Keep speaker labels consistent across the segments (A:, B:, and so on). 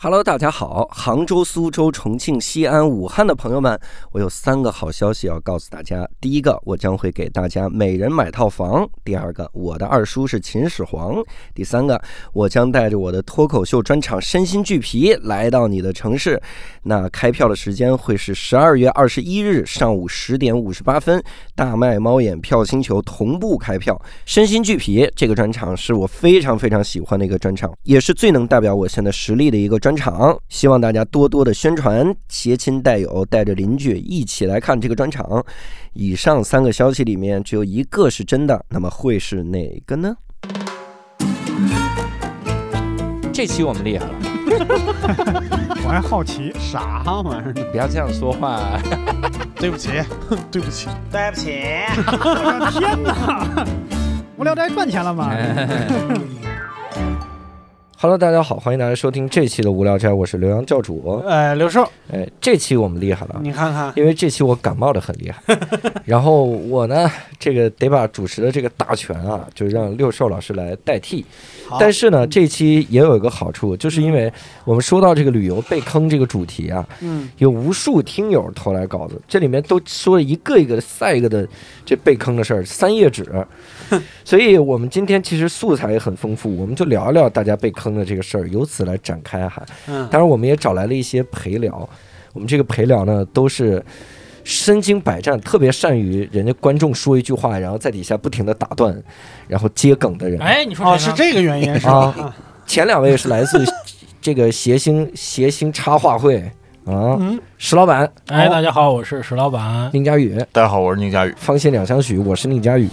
A: Hello，大家好！杭州、苏州、重庆、西安、武汉的朋友们，我有三个好消息要告诉大家。第一个，我将会给大家每人买套房；第二个，我的二叔是秦始皇；第三个，我将带着我的脱口秀专场《身心俱疲》来到你的城市。那开票的时间会是十二月二十一日上午十点五十八分，大麦、猫眼、票星球同步开票。《身心俱疲》这个专场是我非常非常喜欢的一个专场，也是最能代表我现在实力的一个专。专场，希望大家多多的宣传，携亲带友，带着邻居一起来看这个专场。以上三个消息里面只有一个是真的，那么会是哪个呢？
B: 这期我们厉害了，
C: 我还好奇，
D: 啥玩意儿？
B: 不要这样说话。
E: 对不起，对不起，
F: 对不起！
C: 我的天哪！无聊斋赚钱了吗？
A: Hello，大家好，欢迎大家收听这期的无聊斋，我是刘洋教主。
D: 哎，刘寿，
A: 哎，这期我们厉害了，
D: 你看看，
A: 因为这期我感冒的很厉害， 然后我呢，这个得把主持的这个大权啊，就让六兽老师来代替。但是
D: 嗯
A: 呢，这期也有一个好处，就是因为我们说到这个旅游被坑这个主题啊，
D: 嗯，
A: 有无数听友投来稿子，这里面都说了一个一个赛一个的这被坑的事儿，三页 纸。所以我们今天其实素材也很丰富，我们就聊一聊大家被坑的这个事儿，由此来展开哈。
D: 嗯，
A: 当然，我们也找来了一些陪聊，我们这个陪聊呢都是。身经百战，特别善于人家观众说一句话，然后在底下不停的打断，然后接梗的人。
G: 哎，你说
D: 哦，
G: 谁
D: 是
G: 呢
D: 这个 原因是
A: 啊
D: 吧？
A: 前两位是来 自这个谐星谐星插画会啊，
D: 嗯
A: 石老板
G: 哎，大家好，我是石老板。
A: 宁佳宇，
E: 大家好，我是宁佳宇。
A: 芳心两相许，我是宁佳 宇。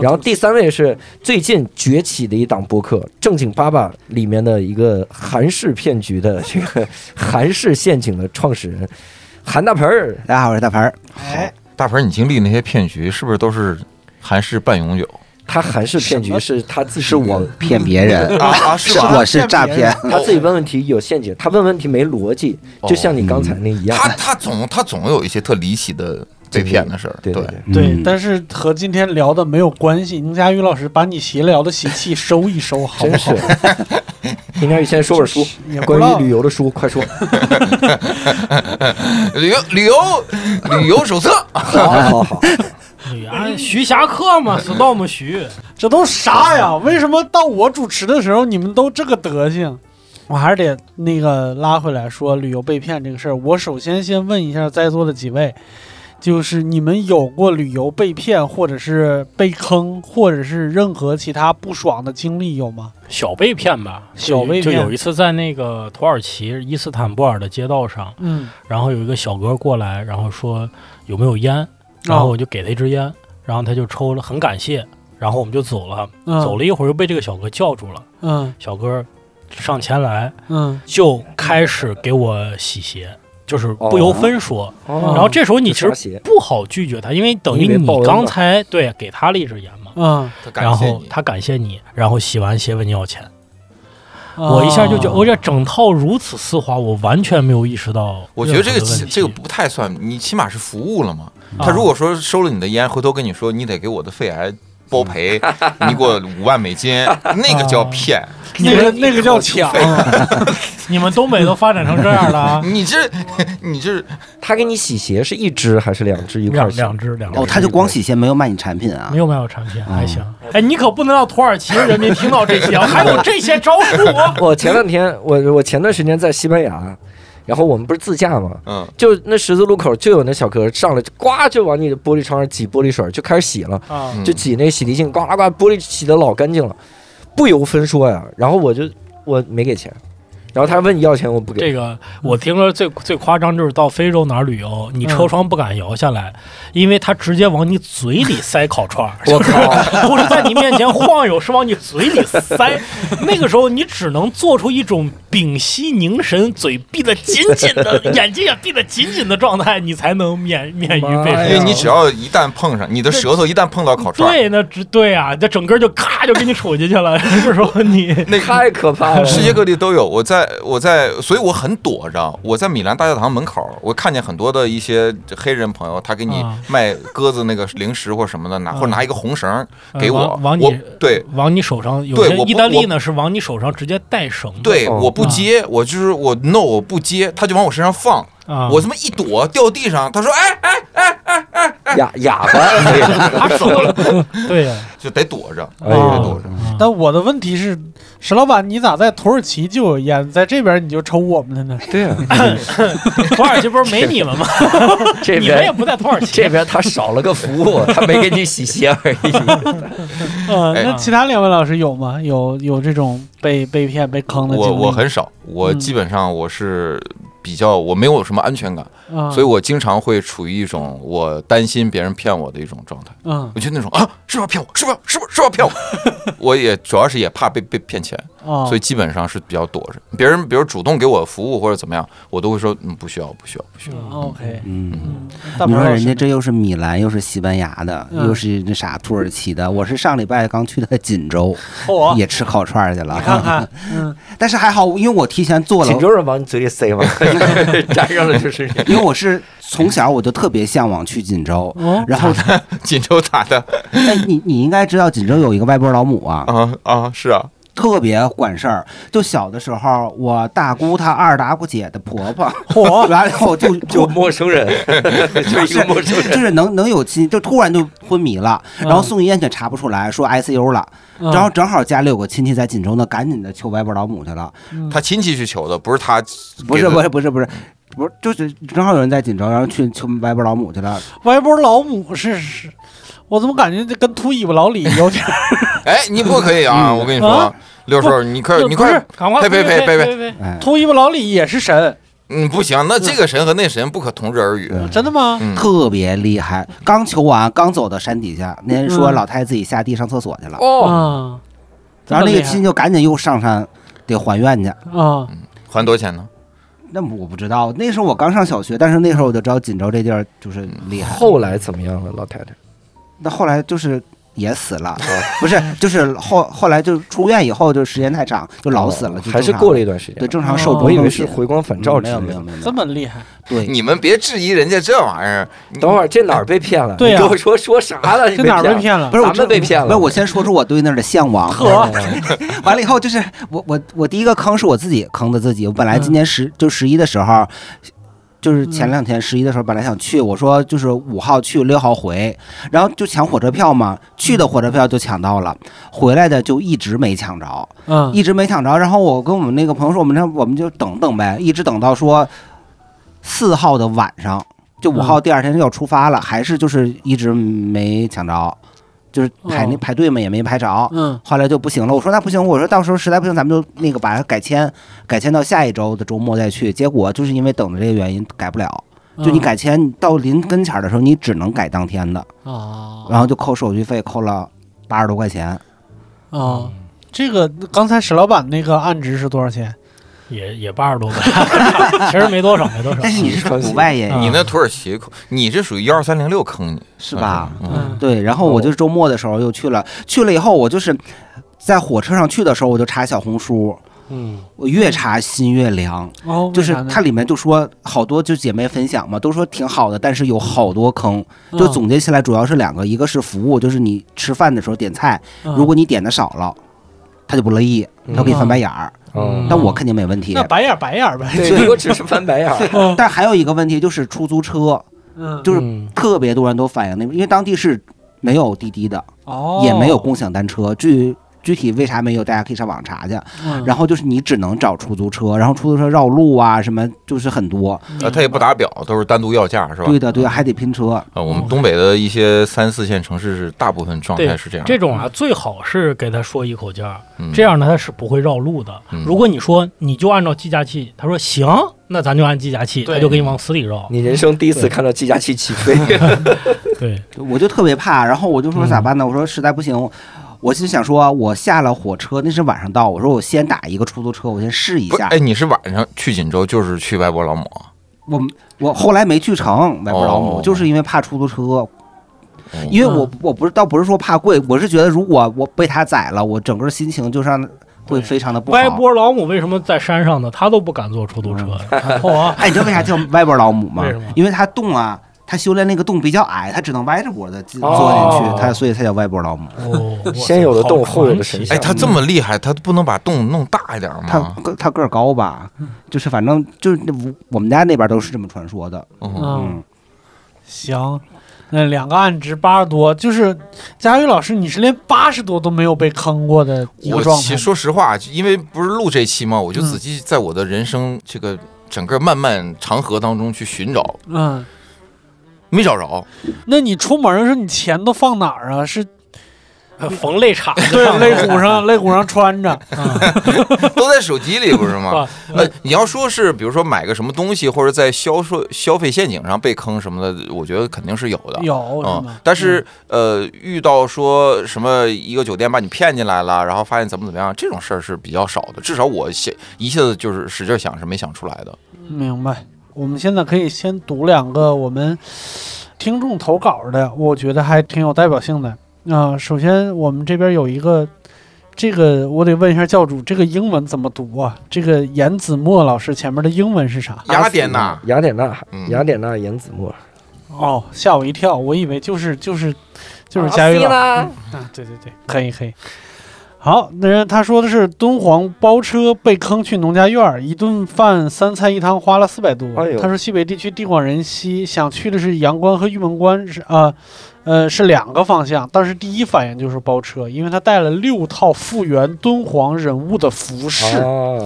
A: 然后第三位是最近崛起的一档播客《正经爸爸》里面的一个韩式骗局的这个韩式陷阱的创始人韩大盆儿。
D: 大家好，我是大盆儿。哎，
E: 大盆，你经历那些骗局，是不是都是韩式半永久
A: 他韩式骗局是他自己
H: 是我骗别人，
E: 啊？ 啊，是吧？
H: 我是诈骗。
A: 他自己问问题有陷阱，他问问题没逻辑，
D: 哦
A: 就像你刚才那一样。
D: 嗯
E: 他他总他总有一些特离奇的被骗的事儿，
A: 对对
E: 对
A: 对，
C: 嗯
H: 嗯
D: 对，但是和今天聊的没有关系。宁佳宇老师把你闲聊的习气收一收，好不
A: 真
D: 好
A: 是？。 宁佳宇先说本书，
D: 也不知道
A: 哎关于旅游的书， 快说。
E: 旅游旅游旅 游手册，啊
A: 好好好，
G: 吕安，徐霞客 嘛，Storm 徐，
D: 这都啥呀？为什么到我主持的时候你们都这个德行？我还是得那个拉回来说旅游被骗这个事儿。我首先先问一下在座的几位，就是你们有过旅游被骗，或者是被坑，或者是任何其他不爽的经历有吗？
G: 小被骗吧，
D: 小被骗
G: 就有一次在那个土耳其伊斯坦布尔的街道上，
D: 嗯，
G: 然后有一个小哥过来，然后说有没有烟，然后我就给他一支烟，然后他就抽了，很感谢，然后我们就走了。
D: 嗯
G: 走了一会儿，又被这个小哥叫住了，
D: 嗯
G: 小哥上前来
D: 嗯，
G: 就开始给我洗鞋，就是不由分说。
A: 然
G: 然后这时候你其实
A: 啥鞋？
G: 不好拒绝他，因为等
A: 你以
G: 于
A: 为
G: 你
A: 报恩了
G: 刚才对给他了一支烟嘛，
D: 嗯，
E: 感
G: 然
E: 谢
G: 后
E: 你。
G: 他感谢你，然后洗完鞋问你要钱，
D: 啊
E: 哦
G: 我一下就觉得，哦我这整套如此丝滑，我完全没有意识到
E: 我
G: 任
E: 觉
G: 何
E: 得
G: 的
E: 这
G: 问
E: 个
G: 题。
E: 起这个不太算，你起码是服务了嘛。他
G: 啊
E: 如果说收了你的烟，回头跟你说你得给我的肺癌包 赔，你给我五万美金，那个
G: 啊
E: 叫骗。？
D: 那个那个叫抢，
G: 你们东北都发展成这样了啊
E: 你这 你这
A: 他给你洗鞋是一只还是两只一块
G: 两
A: 儿洗？
G: 两只两只
H: 哦，他就光洗鞋，没有卖你产品啊
G: 没。有卖我产
E: 哦
G: 品，还行。哎，你可不能让土耳其人民听到这 些，啊！还有这些招数啊！
A: 我前两天，我我前段时间在西班牙，然后我们不是自驾嘛，
E: 嗯，
A: 就那十字路口就有那小哥上来，呱就往你的玻璃窗上挤玻璃水，就开始洗了，
G: 啊，
E: 嗯
A: 就挤那洗涤精，呱呱呱，玻璃洗的老干净了，不由分说呀。然后我就我没给钱，然后他问你要钱，我不给。
G: 这个我听说最最夸张就是到非洲哪儿旅游，你
E: 嗯
G: 车窗不敢摇下来，因为他直接往你嘴里塞烤串儿，
A: 我靠！
G: 不是在你面前晃悠，是往你嘴里塞。那个时候你只能做出一种屏息凝神、嘴闭得紧紧的、眼睛也闭得紧紧的状态，你才能免免于被
A: 妈
E: 因为
A: 呀
G: 人。
E: 你只要一旦碰上，你的舌头一旦碰到烤串儿，
G: 对，那只对啊，这整个就咔就给你杵进去了。这时候你
E: 那
A: 太可怕了！
G: 嗯
E: 世界各地都有。我在在我在，所以我很躲着。我在米兰大教堂门口，我看见很多的一些黑人朋友，他给你
G: 啊
E: 卖鸽子那个零食或什么的，拿
G: 啊
E: 或者拿一个红绳儿
G: 呃
E: 给我
G: 往往，
E: 我
G: 你嗯
E: 对
G: 往你手上，有
E: 对
G: 些
E: 我不
G: 意大利
E: 我
G: 呢是往你手上直接带绳子，
E: 对，
A: 哦
E: 我
G: 啊
E: 不接，我就是我 no，我不接，他就往我身上放，
G: 啊，
E: 我这么一躲掉地上，他说哎哎，
A: 哑哑 巴，
G: 他走了，对呀，
E: 就得躲着，
A: 哎呦
E: 得躲着。
G: 啊
D: 但我的问题是，石老板，你咋在土耳其就有烟，在这边你就抽我们的 呢？
A: 对啊，
G: 土耳其不是没你们 吗？
A: 这
G: 你们也
A: 边
G: 不在土耳其，
A: 这边他少了个服 务，他没给你洗鞋而已。
G: 嗯
D: 呃，
E: 哎
D: 那其他两位老师有吗？有有这种被被骗、被坑的经
E: 我
D: 历？
E: 我很少，我
D: 嗯
E: 基本上我是比较我没有什么安全感，
D: 啊，
E: 所以我经常会处于一种我担心别人骗我的一种状态。
D: 嗯
E: 我就那种啊，是不是要骗我？是不是要是不是是不是要骗我？我 也主要是也怕被被骗钱，
D: 啊，
E: 所以基本上是比较躲着别人，比如主动给我服务或者怎么样，我都会说嗯不需要不需要不需要。
D: 嗯 OK，
H: 嗯，
D: 嗯，大
H: 你
D: 鹏
H: 说
D: 老
H: 人
D: 师
H: 家这又是米兰，又是西班牙的，
D: 嗯
H: 又是那啥土耳其的，我是上礼拜刚去的锦州，
D: 我
H: 也吃烤串去了。
D: 看 看，嗯，
H: 但是还好，因为我提前做了
A: 锦，州人往你嘴里塞 吗？粘上了 就是。
H: 因为我是从小我就特别向往去锦州。
D: 哦，
H: 然后，
E: 锦州打的
H: 哎，你你应该知道锦州有一个歪脖老母啊，
E: 啊啊是啊，
H: 特别管事儿。就小的时候，我大姑她二大姑姐的婆婆，
D: 嚯
H: 完了以后 就
A: 就陌生 人，就是一个陌生
H: 就
A: 人。
H: 是能能有亲，就突然就昏迷了，然后送医院去查不出来，说 ICU 了。
D: 嗯
H: 然后正好家里有个亲戚在锦州呢，赶紧的求歪脖老母去了。
D: 嗯
E: 他亲戚去求的，不是他
H: 不
E: 给
H: 是
E: 的
H: 不是不是不是不是，就是正好有人在锦州，然后去求歪脖老母去了。
D: 歪脖老母是是，我怎么感觉这跟秃尾巴老李有 点儿？
E: 哎，你不可以啊！
H: 嗯
E: 我跟你说
D: 啊，
E: 六叔，你快
D: 不
E: 你
D: 不
E: 快
D: 是，
G: 赶快
E: 呸呸呸呸
G: 呸呸！
H: 哎，
D: 秃尾巴老李也是神，
E: 嗯，不行，那这个神和那神不可同日而语。
H: 对
D: 真的吗？
E: 嗯，
H: 特别厉害。刚求完，刚走到山底下，那人说
D: 嗯
H: 老太太自己下地上厕所去了，
G: 哦，
D: 啊
H: 然
D: 这么
H: 后那个
D: 厉害
H: 亲戚就赶紧又上山得还愿去。
D: 啊，
H: 嗯
E: 还多少钱呢？
H: 那我不知道，那时候我刚上小学，但是那时候我就知道锦州这地儿就是厉害。
A: 嗯后来怎么样了，老太太？
H: 那后来就是也死
A: 啊
H: 了，不是，就是后后来就出院以后就时间太长就老死了，就
A: 哦还是
H: 正常
A: 过了一段时间。
H: 对正常寿
D: 哦
H: 终
A: 我以为
H: 正
A: 是
H: 寝
A: 回光返照之
H: 嗯没
A: 类的。
H: 有没有没有没
D: 这
H: 有，
D: 么厉害，
H: 对，
E: 你们别质疑人家这玩意儿。你
A: 等会儿这哪儿被骗了？
D: 对呀
A: 你跟我说说啥了？你
D: 这哪儿被
A: 了？
D: 骗了？
H: 不是我
A: 咱们被骗了。
H: 不是我先说出我对那儿的向往，
D: 呵，
H: 完了以后就是我我我第一个坑是我自己坑的自己。我本
D: 嗯
H: 来今年十就十一的时候，就是前两天十一的时候本来想去，我说就是五号去六号回，然后就抢火车票嘛，
D: 嗯
H: 去的火车票就抢到了，回来的就一直没抢着，
D: 嗯，
H: 一直没抢着。然后我跟我们那个朋友说，我们这我们就等等呗，一直等到说四号的晚上，就五
D: 嗯
H: 号第二天就要出发了，还是就是一直没抢着，就是排那
D: 哦
H: 排队嘛也没排着。
D: 嗯
H: 后来就不行了，我说那不行，我说到时候实在不行，咱们就那个把它改签，改签到下一周的周末再去。结果就是因为等着这个原因改不了，
D: 嗯
H: 就你改签你到临跟前儿的时候，你只能改当天的，
D: 啊
H: 然后就扣手续费，扣了八十多块钱。
D: 啊，
H: 嗯
D: 这个刚才史老板那个案值是多少钱？
G: 也也八十多个， 其实没多少，没多少
H: 但。是你是国外
G: 啊
H: 人
E: 你那土耳其坑，你这属于幺二三零六坑你
H: 是吧？？
D: 嗯
H: 对，然后我就是周末的时候又去了，去了以后我就是在火车上去的时候，我就查小红书，
G: 嗯，
H: 我越查心越凉。
D: 哦，
H: 嗯就是
D: 为啥呢
H: 它里面就说好多就姐妹分享嘛，都说挺好的，但是有好多坑。
D: 嗯
H: 就总结起来主要是两个，一个是服务，就是你吃饭的时候点菜，
D: 嗯
H: 如果你点的少了，他就不乐意，他给你翻白眼儿。
A: 嗯，
H: 但我肯定没问题。
D: 那白眼儿白眼儿呗，
A: 对我只是翻白眼儿。
D: 嗯
H: 但还有一个问题就是出租车，
D: 嗯，
H: 就是
A: 嗯
H: 特别多人都反映那，因为当地是没有滴滴的，
D: 哦，
H: 也没有共享单车。具具体为啥没有，大家可以上网查去。
D: 嗯，
H: 然后就是你只能找出租车，然后出租车绕路啊，什么就是很多。
E: 呃，他也不打表，都是单独要价是吧？
H: 对的，
D: 嗯
H: 对的，还得拼车。
E: 啊，我们东北的一些三四线城市是大部分状态
G: 对
E: 是这样的。
G: 这种啊，最好是给他说一口价，
E: 嗯
G: 这样呢他是不会绕路的。
E: 嗯
G: 如果你说你就按照计价器，他说行，那咱就按计价器，
B: 对
G: 他就给你往死里绕。
A: 你人生第一次看到计价器起飞，
G: 对，
H: 我就特别怕，然后我就说
G: 嗯
H: 咋办呢？我说实在不行，我我就想说，我下了火车，那是晚上到，我说我先打一个出租车，我先试一
E: 不是，
H: 下
E: 哎，。你是晚上去锦州，就是去歪脖老母啊？
H: 我我后来没去成，外边老母，
E: 哦
H: 就是因为怕出租车，
E: 哦
H: 因为我我不是倒不是说怕贵，我是觉得如果我被他宰了，我整个心情就像会非常的不
G: 歪
H: 好。
G: 脖老母为什么在山上呢？他都不敢坐出租车，哦啊嚯、
H: 哎，你知道为啥叫歪脖老母 吗
G: 为什么？
H: 因为它洞啊，它修炼那个洞比较矮，它只能歪着脖子进
G: 哦
H: 坐进去，它所以它叫歪脖老母。
G: 哦，哇塞
A: 先有的洞，后有的神。
E: 哎，
A: 像。
E: 他这么厉害，他不能把洞弄大一点
H: 他
E: 吗？哦
H: 个他个儿高吧，
D: 嗯
H: 就是反正就是那我我们家那边都是这么传说的。
E: 嗯，
D: 嗯，
H: 嗯，
D: 行，那两个案值八十多，就是佳宇老师，你是连八十多都没有被坑过的一个
E: 我
D: 状
E: 其
D: 态
E: 实。说实话，因为不是录这期嘛，我就仔细在我的人生这个整个漫漫长河当中去寻找，
D: 嗯，
E: 没找着。
D: 那你出门的时候，你钱都放哪儿啊？是
G: 哎缝肋叉子
D: 对
G: 上？
D: 肋骨上，肋骨上穿着。
E: 都在手机里不是吗 呃，你要说是比如说买个什么东西，或者在销售消费陷阱上被坑什么的，我觉得肯定是有的。
D: 有哦是
E: 嗯
D: 吗，？
E: 但是呃，遇到说什么一个酒店把你骗进来了，然后发现怎么怎么样，这种事儿是比较少的。至少我想一下子就是使劲想是没想出来的。
D: 嗯明白。我们现在可以先读两个我们听众投稿的，我觉得还挺有代表性的啊、首先，我们这边有一个，这个我得问一下教主，这个英文怎么读啊？这个严子墨老师前面的英文是啥？
E: 雅典娜，
A: 雅典娜
E: 嗯，
A: 雅典娜，严子墨，
D: 哦，吓我一跳，我以为就是就是
A: 啊
D: 就是佳玉老师、嗯 啊，对对对，可以可以。好，那他说的是敦煌包车被坑去农家院儿，一顿饭三菜一汤花了四百多。
A: 哎呦
D: 他说西北地区地广人稀，想去的是阳关和玉门关是啊、呃是两个方向，但是第一反应就是包车，因为他带了六套复原敦煌人物的服饰。
A: 啊，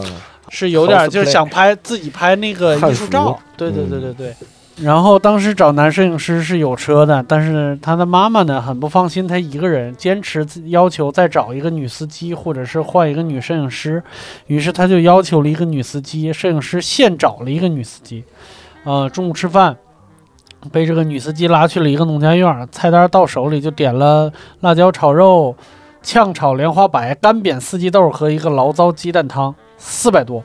D: 是有点儿
A: Cosplay
D: 就是想拍自己拍那个艺术
A: 汉
D: 照
A: 服，
D: 对对对对对。然后当时找男摄影师是有车的，但是他的妈妈呢很不放心他一个人，坚持自要求再找一个女司机或者是换一个女摄影师，于是他就要求了一个女司机，摄影师现找了一个女司机，呃，中午吃饭。被这个女司机拉去了一个农家院儿，菜单到手里就点了辣椒炒肉、炝炒莲花白、干煸四季豆和一个醪糟鸡蛋汤，四百多。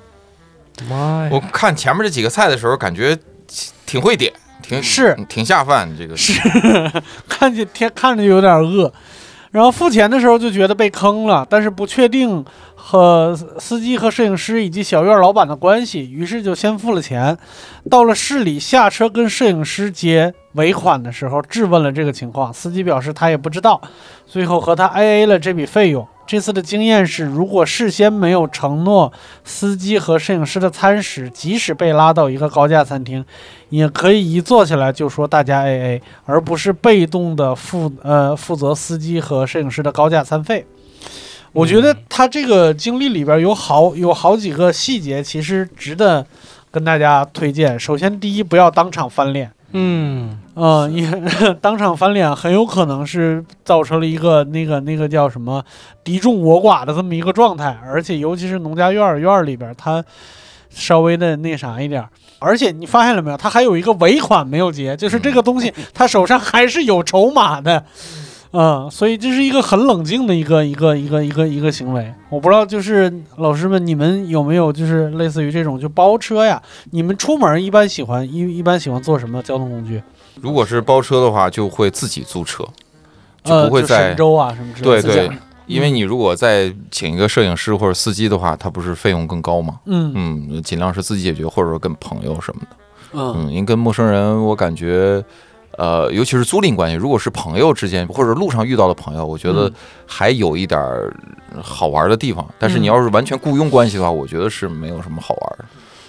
G: 妈呀！
E: 我看前面这几个菜的时候，感觉挺会点，挺
D: 是
E: 挺下饭。这个
D: 是， 看见天看着就有点饿。然后付钱的时候就觉得被坑了，但是不确定和司机和摄影师以及小院老板的关系，于是就先付了钱。到了市里下车跟摄影师结尾款的时候，质问了这个情况，司机表示他也不知道，最后和他 A A 了这笔费用。这次的经验是，如果事先没有承诺司机和摄影师的餐食，即使被拉到一个高价餐厅，也可以一坐下来就说大家 A A。而不是被动的负呃负责司机和摄影师的高价餐费。我觉得他这个经历里边有好有好几个细节，其实值得跟大家推荐。首先，第一，不要当场翻脸，
G: 嗯，
D: 嗯，也 当场翻脸很有可能是造成了一个那个那个叫什么敌众我寡的这么一个状态，而且尤其是农家院儿院儿里边儿，它稍微的那啥一点儿。而且你发现了没有，他还有一个尾款没有结，就是这个东西他手上还是有筹码的，嗯，所以这是一个很冷静的一个一个一个一个一个行为。我不知道，就是老师们，你们有没有就是类似于这种就包车呀？你们出门一般喜欢一一般喜欢坐什么交通工具？
E: 如果是包车的话，就会自己租车，就
D: 呃，
E: 不会再
D: 神州啊什么之类
E: 对
D: 的。
E: 对，因为你如果再请一个摄影师或者司机的话，他不是费用更高吗？
D: 嗯
E: 嗯，尽量是自己解决，或者说跟朋友什么的。
D: 嗯
E: 嗯，因为跟陌生人，我感觉，呃，尤其是租赁关系，如果是朋友之间或者路上遇到的朋友，我觉得
D: 嗯
E: 还有一点儿好玩的地方。但
D: 嗯
E: 是你要是完全雇佣关系的话，我觉得是没有什么好玩的。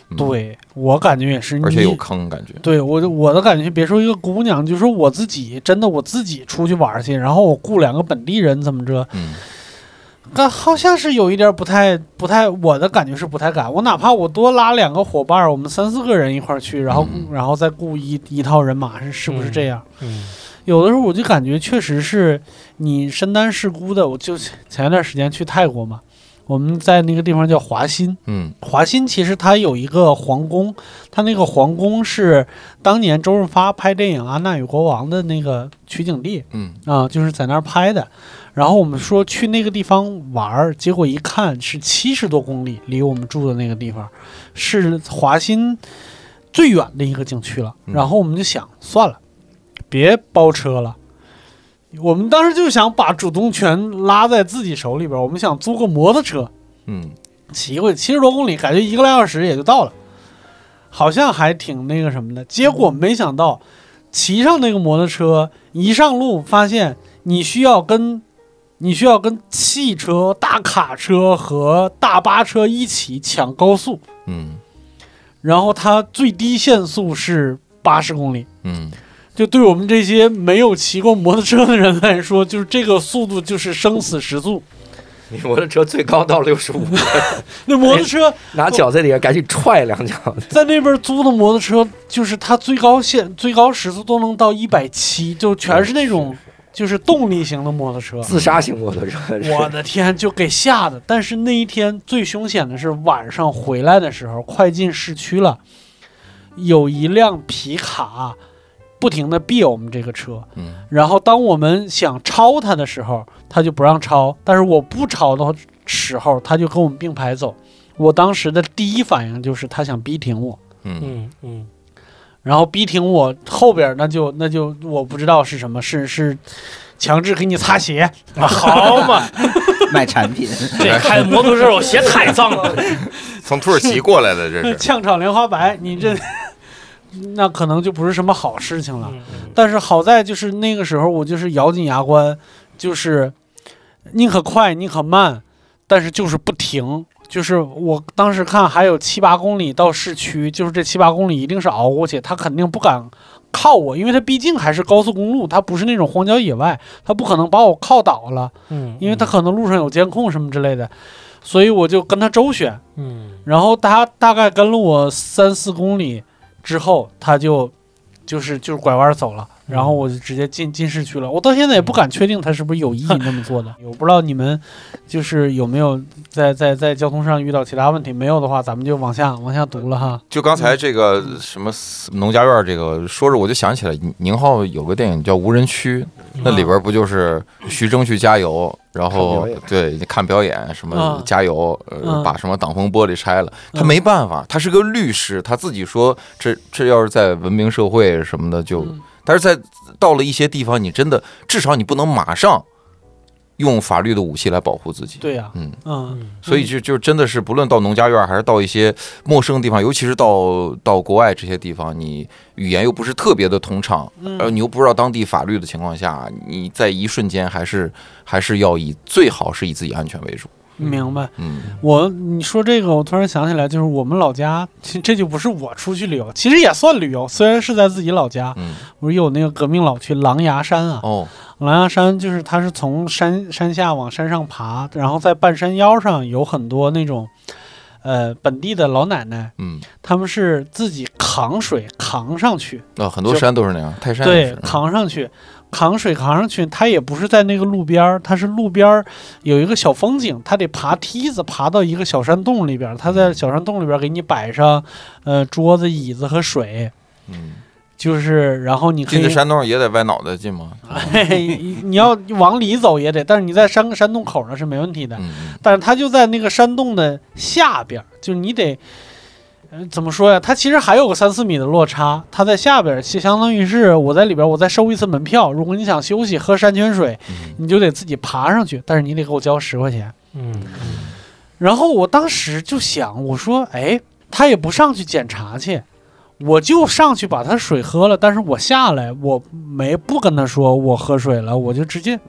E: 嗯，
D: 对我感觉也是，
E: 而且有
D: 你
E: 坑，感觉。
D: 对我就我的感觉，别说一个姑娘，就说我自己，真的我自己出去玩儿去，然后我雇两个本地人怎么着，
E: 嗯，
D: 那好像是有一点儿不太不太，我的感觉是不太敢。我哪怕我多拉两个伙伴儿，我们三四个人一块儿去，然后、
E: 嗯
D: 然后再雇一一套人马，是是不是
G: 嗯
D: 这样？
G: 嗯，
D: 有的时候我就感觉确实是你身单事孤的。我就前一段时间去泰国嘛，我们在那个地方叫华欣，
E: 嗯
D: 华欣其实它有一个皇宫，它那个皇宫是当年周润发拍电影《安娜与国王》的那个取景地
E: 嗯，
D: 啊、就是在那儿拍的。然后我们说去那个地方玩儿，结果一看是七十多公里，离我们住的那个地方是华欣最远的一个景区了。
E: 嗯
D: 然后我们就想，算了，别包车了。我们当时就想把主动权拉在自己手里边儿，我们想租个摩托车，
E: 嗯，
D: 骑过去七十多公里，感觉一个来小时也就到了，好像还挺那个什么的。结果没想到，骑上那个摩托车一上路，发现你需要跟你需要跟汽车、大卡车和大巴车一起抢高速，
E: 嗯
D: 然后它最低限速是八十公里。
E: 嗯
D: 就对我们这些没有骑过摩托车的人来说，就是这个速度就是生死时速。
A: 你摩托车最高到六十五，
D: 那摩托车
A: 拿脚在底下赶紧踹两脚。
D: 在那边租的摩托车，就是它最高限、最高时速都能到一百七，就全是那种就是动力型的摩托车。
A: 自杀型摩托车，是
D: 我的天，就给吓的！但是那一天最凶险的是晚上回来的时候，快进市区了，有一辆皮卡不停的别我们这个车，
E: 嗯
D: 然后当我们想超他的时候，他就不让超；但是我不超的时候，他就跟我们并排走。我当时的第一反应就是他想逼停我，
E: 嗯
G: 嗯嗯，
D: 然后逼停我后边那就那就我不知道是什么，是是强制给你擦鞋，
G: 啊好嘛，
H: 嗯卖产 品，
G: 这开摩托车我鞋太脏了，
E: 从土耳其过来的这 是，嗯
D: 呛炒莲花白，你这那可能就不是什么好事情了。
G: 嗯嗯
D: 但是好在就是那个时候，我就是咬紧牙关，就是宁可快宁可慢，但是就是不停。就是我当时看还有七八公里到市区，就是这七八公里一定是熬过去，他肯定不敢靠我，因为他毕竟还是高速公路，他不是那种荒郊野外，他不可能把我靠倒了，
G: 嗯，
D: 因为他可能路上有监控什么之类的，所以我就跟他周旋。
G: 嗯
D: 然后他大概跟了我三四公里之后，他就就是就是拐弯走了，然后我就直接进进市区了。我到现在也不敢确定他是不是有意那么做的。我不知道你们就是有没有在在在交通上遇到其他问题，没有的话，咱们就往下往下读了哈。
E: 就刚才这个什么农家院这个说着，我就想起来宁浩有个电影叫《无人区》，
D: 嗯
E: 那里边不就是徐峥去加油，然
A: 看
E: 后
A: 表演
E: 对看表演什么
D: 嗯
E: 加油，呃
D: 嗯
E: 把什么挡风玻璃拆了，他
D: 嗯
E: 没办法，他是个律师，他自己说这这要是在文明社会什么的就，
D: 嗯
E: 但是在到了一些地方，你真的至少你不能马上用法律的武器来保护自己，
D: 对呀、
E: 嗯
D: 嗯
G: 嗯
E: 所以就就真的是，不论到农家院还是到一些陌生的地方，尤其是到到国外这些地方，你语言又不是特别的通畅，
D: 嗯
E: 呃，你又不知道当地法律的情况下，你在一瞬间还是还是要以最好是以自己安全为主。
D: 明白。
E: 嗯
D: 我你说这个，我突然想起来，就是我们老家，其这就不是我出去旅游，其实也算旅游，虽然是在自己老家。
E: 嗯
D: 我有那个革命老区狼牙山啊，
E: 哦
D: 狼牙山就是它是从山山下往山上爬，然后在半山腰上有很多那种，呃，本地的老奶奶，
E: 嗯，
D: 他们是自己扛水扛上去，
E: 那、哦很多山都是那样，泰山也
D: 对
E: 是，。
D: 扛上去，扛水扛上去，它也不是在那个路边儿，它是路边儿有一个小风景，它得爬梯子爬到一个小山洞里边儿，它在小山洞里边儿给你摆上，呃，桌子、椅子和水，
E: 嗯，
D: 就是然后你可
E: 进这
D: 以
E: 山洞也得歪脑袋进吗？
D: 嘿，哎你要往里走也得，但是你在山山洞口那是没问题的。
E: 嗯嗯
D: 但是它就在那个山洞的下边儿，就是你得，呃，怎么说呀？它其实还有个三四米的落差，它在下边儿，其实相当于是我在里边儿，我再收一次门票。如果你想休息喝山泉水，
E: 嗯
D: 你就得自己爬上去，但是你得给我交十块钱。
G: 嗯
D: 然后我当时就想，我说，哎，他也不上去检查去，我就上去把他水喝了。但是我下来，我没不跟他说我喝水了，我就直接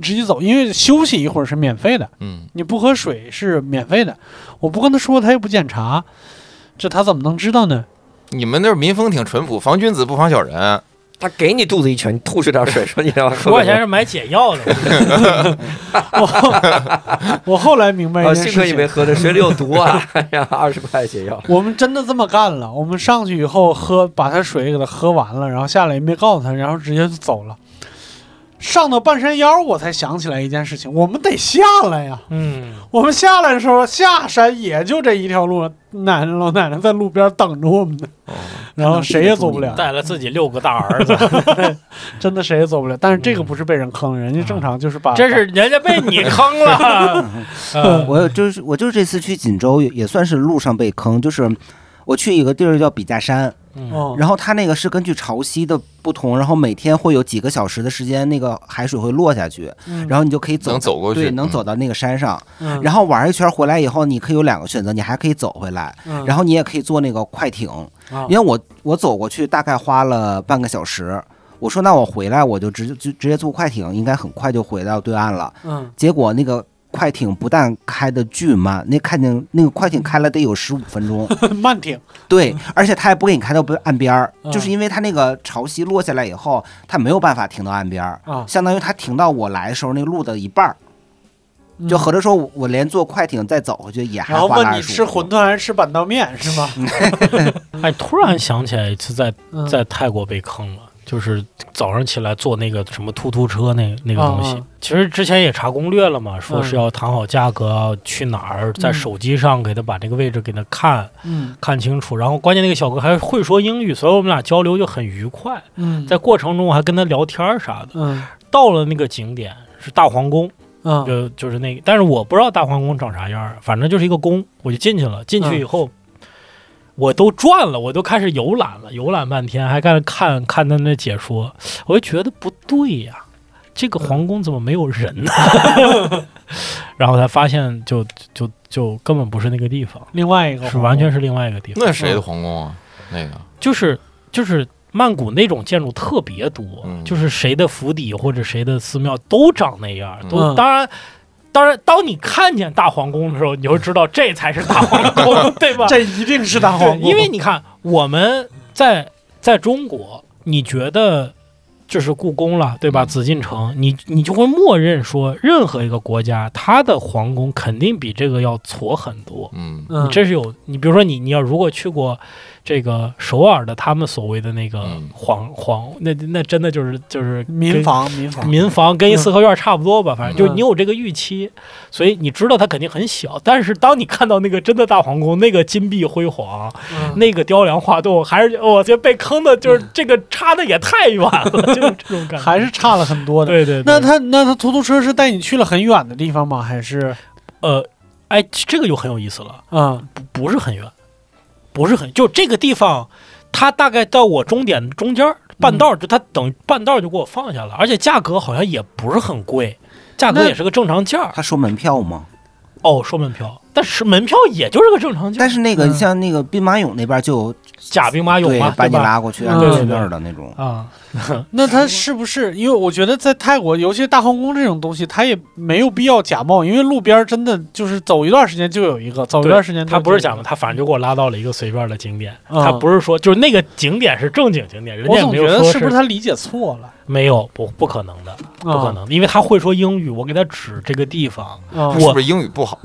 D: 直接走，因为休息一会儿是免费的，
E: 嗯
D: 你不喝水是免费的。我不跟他说，他也不检查，这他怎么能知道呢？
E: 你们那儿民风挺淳朴，防君子不防小人。
A: 他给你肚子一拳，你吐出点水，说你要
G: 十
A: 喝
G: 块钱是买解药的，
D: 我我后来明白
A: 啊，
D: 一件
A: 幸亏
D: 事
A: 你
D: 情
A: 没。喝，这水里有毒啊！二十块解药，
D: 我们真的这么干了，我们上去以后喝，把他水给他喝完了，然后下来也没告诉他，然后直接就走了。上到半山腰，我才想起来一件事情，我们得下来呀。
G: 嗯，
D: 我们下来的时候，下山也就这一条路，奶奶老奶奶在路边等着我们呢，
E: 哦，
D: 然后谁也走不了，
G: 带了自己六个大儿子，嗯
D: 真的谁也走不了。但是这个不是被人坑，人家正常就是把，
G: 真是人家被你坑了，嗯
H: 我就是我就是这次去锦州也也算是路上被坑，就是我去一个地儿叫笔架山，
G: 嗯
D: 哦，
H: 然后它那个是根据潮汐的不同，然后每天会有几个小时的时间，那个海水会落下去，
D: 嗯
H: 然后你就可以走
E: 能走过去
H: 对，能
E: 嗯
H: 走到那个山上。
D: 嗯
H: 然后玩一圈回来以后，你可以有两个选择，你还可以走回来，
D: 嗯
H: 然后你也可以坐那个快艇。
D: 啊
H: 因为我我走过去大概花了半个小时，我说那我回来我就直就直接坐快艇，应该很快就回到对岸了。
D: 嗯
H: 结果那个快艇不但开的巨慢，那看见那个快艇开了得有十五 分钟，
D: 慢艇，
H: 对，而且它也不给你开到不岸边儿，
D: 嗯
H: 就是因为它那个潮汐落下来以后，它没有办法停到岸边儿，
D: 啊
H: 相当于它停到我来的时候那路的一半儿。就合着说，我我连坐快艇再走回去也
D: 嗯
H: 还
D: 然后
H: 花了
D: 问你
H: 二十
D: 吃
H: 五
D: 馄饨还是吃板刀面是吗？
G: 哎，突然想起来一次在
D: 嗯
G: 嗯在泰国被坑了，就是早上起来坐那个什么突突车那那个东
D: 啊
G: 西。
D: 啊
G: 其实之前也查攻略了嘛，说是要谈好价格，去哪儿，在
D: 嗯
G: 手机上给他把这个位置给他看、
D: 嗯
G: 看清楚。然后关键那个小哥还会说英语，所以我们俩交流就很愉快。
D: 嗯
G: 在过程中我还跟他聊天儿啥的。
D: 嗯
G: 到了那个景点是大皇宫，
D: 嗯
G: 就就是那个，但是我不知道大皇宫长啥样儿，反正就是一个宫，我就进去了。进去以后，我都转了，我都开始游览了，游览半天，还看看看他那解说，我就觉得不对呀、这个皇宫怎么没有人呢？ 然后才发现就，就就根本不是那个地方，
D: 另外一个
G: 是完全是另外一个地方，
H: 嗯
E: 那谁的皇宫啊？那个
G: 就是就是。曼谷那种建筑特别多，
E: 嗯
G: 就是谁的府邸或者谁的寺庙都长那样，都、
D: 嗯
G: 当然当然，当你看见大皇宫的时候，你就知道这才是大皇宫，对吧？
D: 这一定是大皇
G: 对
D: 宫，
G: 因为你看我们在在中国，你觉得就是故宫了，对吧？紫禁城，你你就会默认说，任何一个国家它的皇宫肯定比这个要矬很多。
E: 嗯
D: 嗯
G: 你这是有，你比如说你你要如果去过这个首尔的他们所谓的那个
E: 嗯
G: 皇皇，那那真的就是就是
D: 民
G: 跟
D: 房民房
G: 民房跟一
D: 嗯
G: 四合院差不多吧，反正就是
D: 嗯
G: 你有这个预期，所以你知道它肯定很小。但是当你看到那个真的大皇宫，那个金碧辉煌，
D: 嗯
G: 那个雕梁画栋，还是我觉得被坑的，就是这个差的也太远了， 就是这种感觉。
D: 还是差了很多的。
G: 对对，对
D: 那他那他突突车是带你去了很远的地方吗？还是
G: 呃，哎，这个就很有意思了，
D: 嗯
G: 不不是很远，不是很就这个地方，它大概到我终点中间儿半
D: 嗯
G: 道儿，就它等于半道儿就给我放下了，而且价格好像也不是很贵。价格
D: 那
G: 也是个正常价儿，
H: 他收门票吗？
G: 哦，收门票，但是门票也就是个正常价，
H: 但是那个
D: 嗯
H: 像那个兵马俑那边就有
G: 假兵马俑
H: 对
G: 嘛，
H: 把
G: 对
H: 你
G: 吧？
H: 拉过去
D: 嗯
H: 让你
G: 对
H: 去
G: 对
H: 那
G: 对
H: 儿的 那种。
G: 啊，
D: 那他是不是？因为我觉得在泰国，尤其是大皇宫这种东西，他也没有必要假冒，因为路边儿真的就是走一段时间就有一个，走一段时间
G: 他不是假
D: 的
G: 的，。他反正就给我拉到了一个随便的景点，
D: 嗯
G: 他不是说就是那个景点是正经景点，人家
D: 我
G: 也
D: 总
G: 没
D: 觉
G: 有
D: 得
G: 说
D: 是不是他啊理解错了？
G: 没有不不可能的，
D: 不
G: 不可能的，因为他会说英语，我给他指这个地方，
D: 能
E: 是不是英语不好？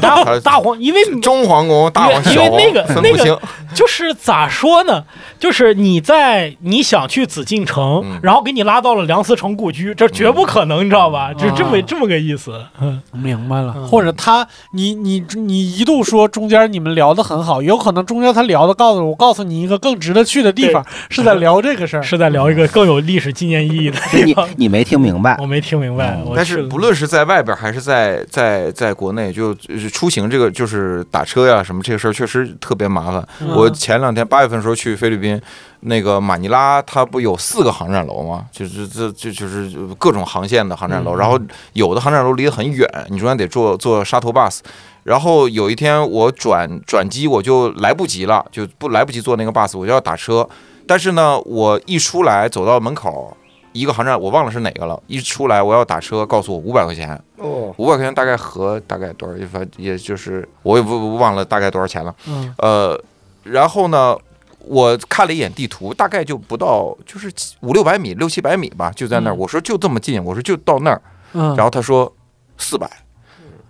G: 大大皇，因为
E: 中皇宫、大皇、
G: 嗯因为
E: 小皇
G: 那个
E: 分
G: 那
E: 不
G: 个
E: 清。
G: 就是咋说呢，就是你在你想去紫禁城，
E: 嗯
G: 然后给你拉到了梁思成故居，这绝不可能，你知道吧？就这么、
D: 啊
G: 这么个意思，嗯
D: 明白了，
G: 嗯
D: 或者他，你你你一度说中间你们聊得很好，有可能中间他聊的告诉我，告诉你一个更值得去的地方，是在聊这个事儿。
G: 是在聊一个更有历史纪念意义的地
H: 你
G: 方。
H: 你没听明白
G: 我？没听明白，我
E: 嗯但
G: 去
E: 是
G: 了
E: 不论是在外边还是在在在国内，就就是出行这个就是打车呀、什么这个事儿，确实特别麻烦。
D: 嗯
E: 我前两天八月份的时候去菲律宾，那个马尼拉它不有四个航站楼吗？就是这这就是各种航线的航站楼，
G: 嗯
E: 然后有的航站楼离得很远，你中间得坐坐沙头 bus。然后有一天我转转机我就来不及了，就不来不及坐那个 bus，我就要打车。但是呢，我一出来走到门口，一个航站我忘了是哪个了，一出来我要打车，告诉我五百块钱，
A: 哦，
E: 五百块钱大概合大概多少？反正也就是我也不不忘了大概多少钱了。
D: 嗯
E: 呃，然后呢，我看了一眼地图，大概就不到，就是几五六百米、六七百米吧，就在那儿。
G: 嗯
E: 我说就这么近，我说就到那儿。
D: 嗯，
E: 然后他说四百，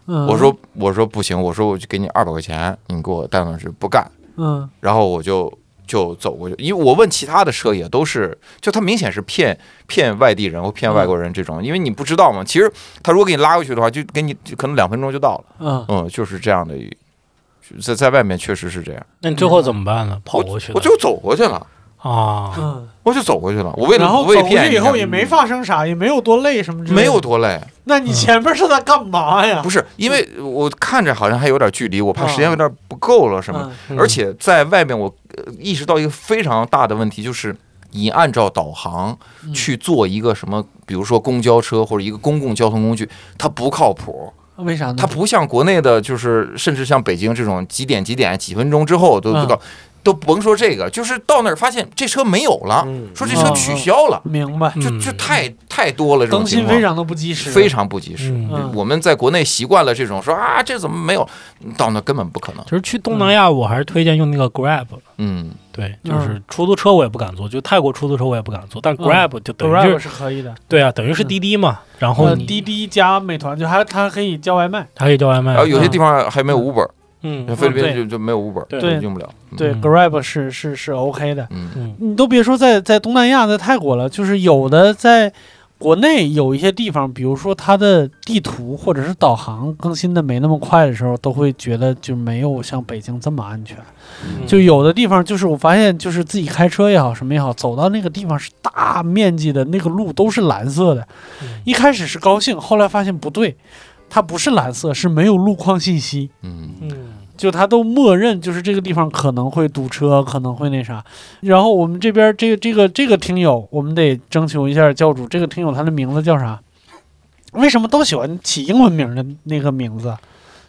D: 嗯
E: 我说我说不行，我说我就给你二百块钱，你给我带上去，不干。
D: 嗯
E: 然后我就就走过去，因为我问其他的车也都是，就他明显是骗骗外地人或骗外国人这种，因为你不知道嘛。其实他如果给你拉过去的话，就给你就可能两分钟就到了。
G: 啊
D: 嗯
E: 嗯，就是这样的一，在在外面确实是这样。
G: 那你最后怎么办呢？跑过去的
E: 我就走过去了。
G: 啊，
D: 嗯，
E: 我就走过去了，我为了
D: 然后
E: 我为
D: 走
E: 了
D: 过
E: 骗
D: 去以
E: 你
D: 后
E: 看
D: 也没发生啥，也没有多累什么之类的。
E: 没有，多累，
D: 那你前面是在干嘛呀？
E: 不是因为我看着好像还有点距离，我怕时间有点不够了什么的。
D: 嗯
E: 而且在外面我呃意识到一个非常大的问题，就是你按照导航
G: 嗯
E: 去做一个什么，比如说公交车或者一个公共交通工具，它不靠谱。
D: 嗯为啥呢？
E: 它不像国内的，就是甚至像北京这种几点几点几分钟之后都
D: 嗯
E: 都到，都甭说这个，就是到那儿发现这车没有了，
A: 嗯
E: 说这车取消了，
D: 明白，
E: 就就太太多了这种
D: 更
E: 情
D: 嗯新非
E: 况。
D: 常的不及时，
E: 非常不及时，
G: 嗯
D: 嗯
E: 我们在国内习惯了这种说啊，这怎么没有？到那根本不可能。
G: 就是去东南亚，我还是推荐用那个 Grab。
E: 嗯，
G: 对，就是出租车我也不敢坐，就泰国出租车我也不敢坐，但嗯 Grab 就等于
D: Grab 是
G: 是
D: 可以的。
G: 对啊，等于是滴滴嘛，然后
D: 呃，
G: 你
D: 滴滴加美团就还它可以叫外卖，
G: 还可以叫外卖
E: 然后。有些地方还没有 Uber，
G: 嗯
E: 像菲律
D: 嗯
E: 宾
D: 对
E: 就就没有 Uber，
G: 对
E: 就
D: 对
E: 用不了。嗯
D: 对
G: 嗯
D: ，Grab 是是是 OK 的。
E: 嗯，
G: 嗯
D: 你都别说在在东南亚，在泰国了，就是有的在国内有一些地方，比如说它的地图或者是导航更新的没那么快的时候，都会觉得就没有像北京这么安全。
G: 嗯
D: 就有的地方，就是我发现，就是自己开车也好，什么也好，走到那个地方是大面积的那个路都是蓝色的
G: 嗯，
D: 一开始是高兴，后来发现不对，它不是蓝色，是没有路况信息。
E: 嗯，
G: 嗯
D: 就他都默认就是这个地方可能会堵车，可能会那啥。然后我们这边这个这个这个听友，我们得征求一下教主，这个听友他的名字叫啥？为什么都喜欢起英文名的那个名字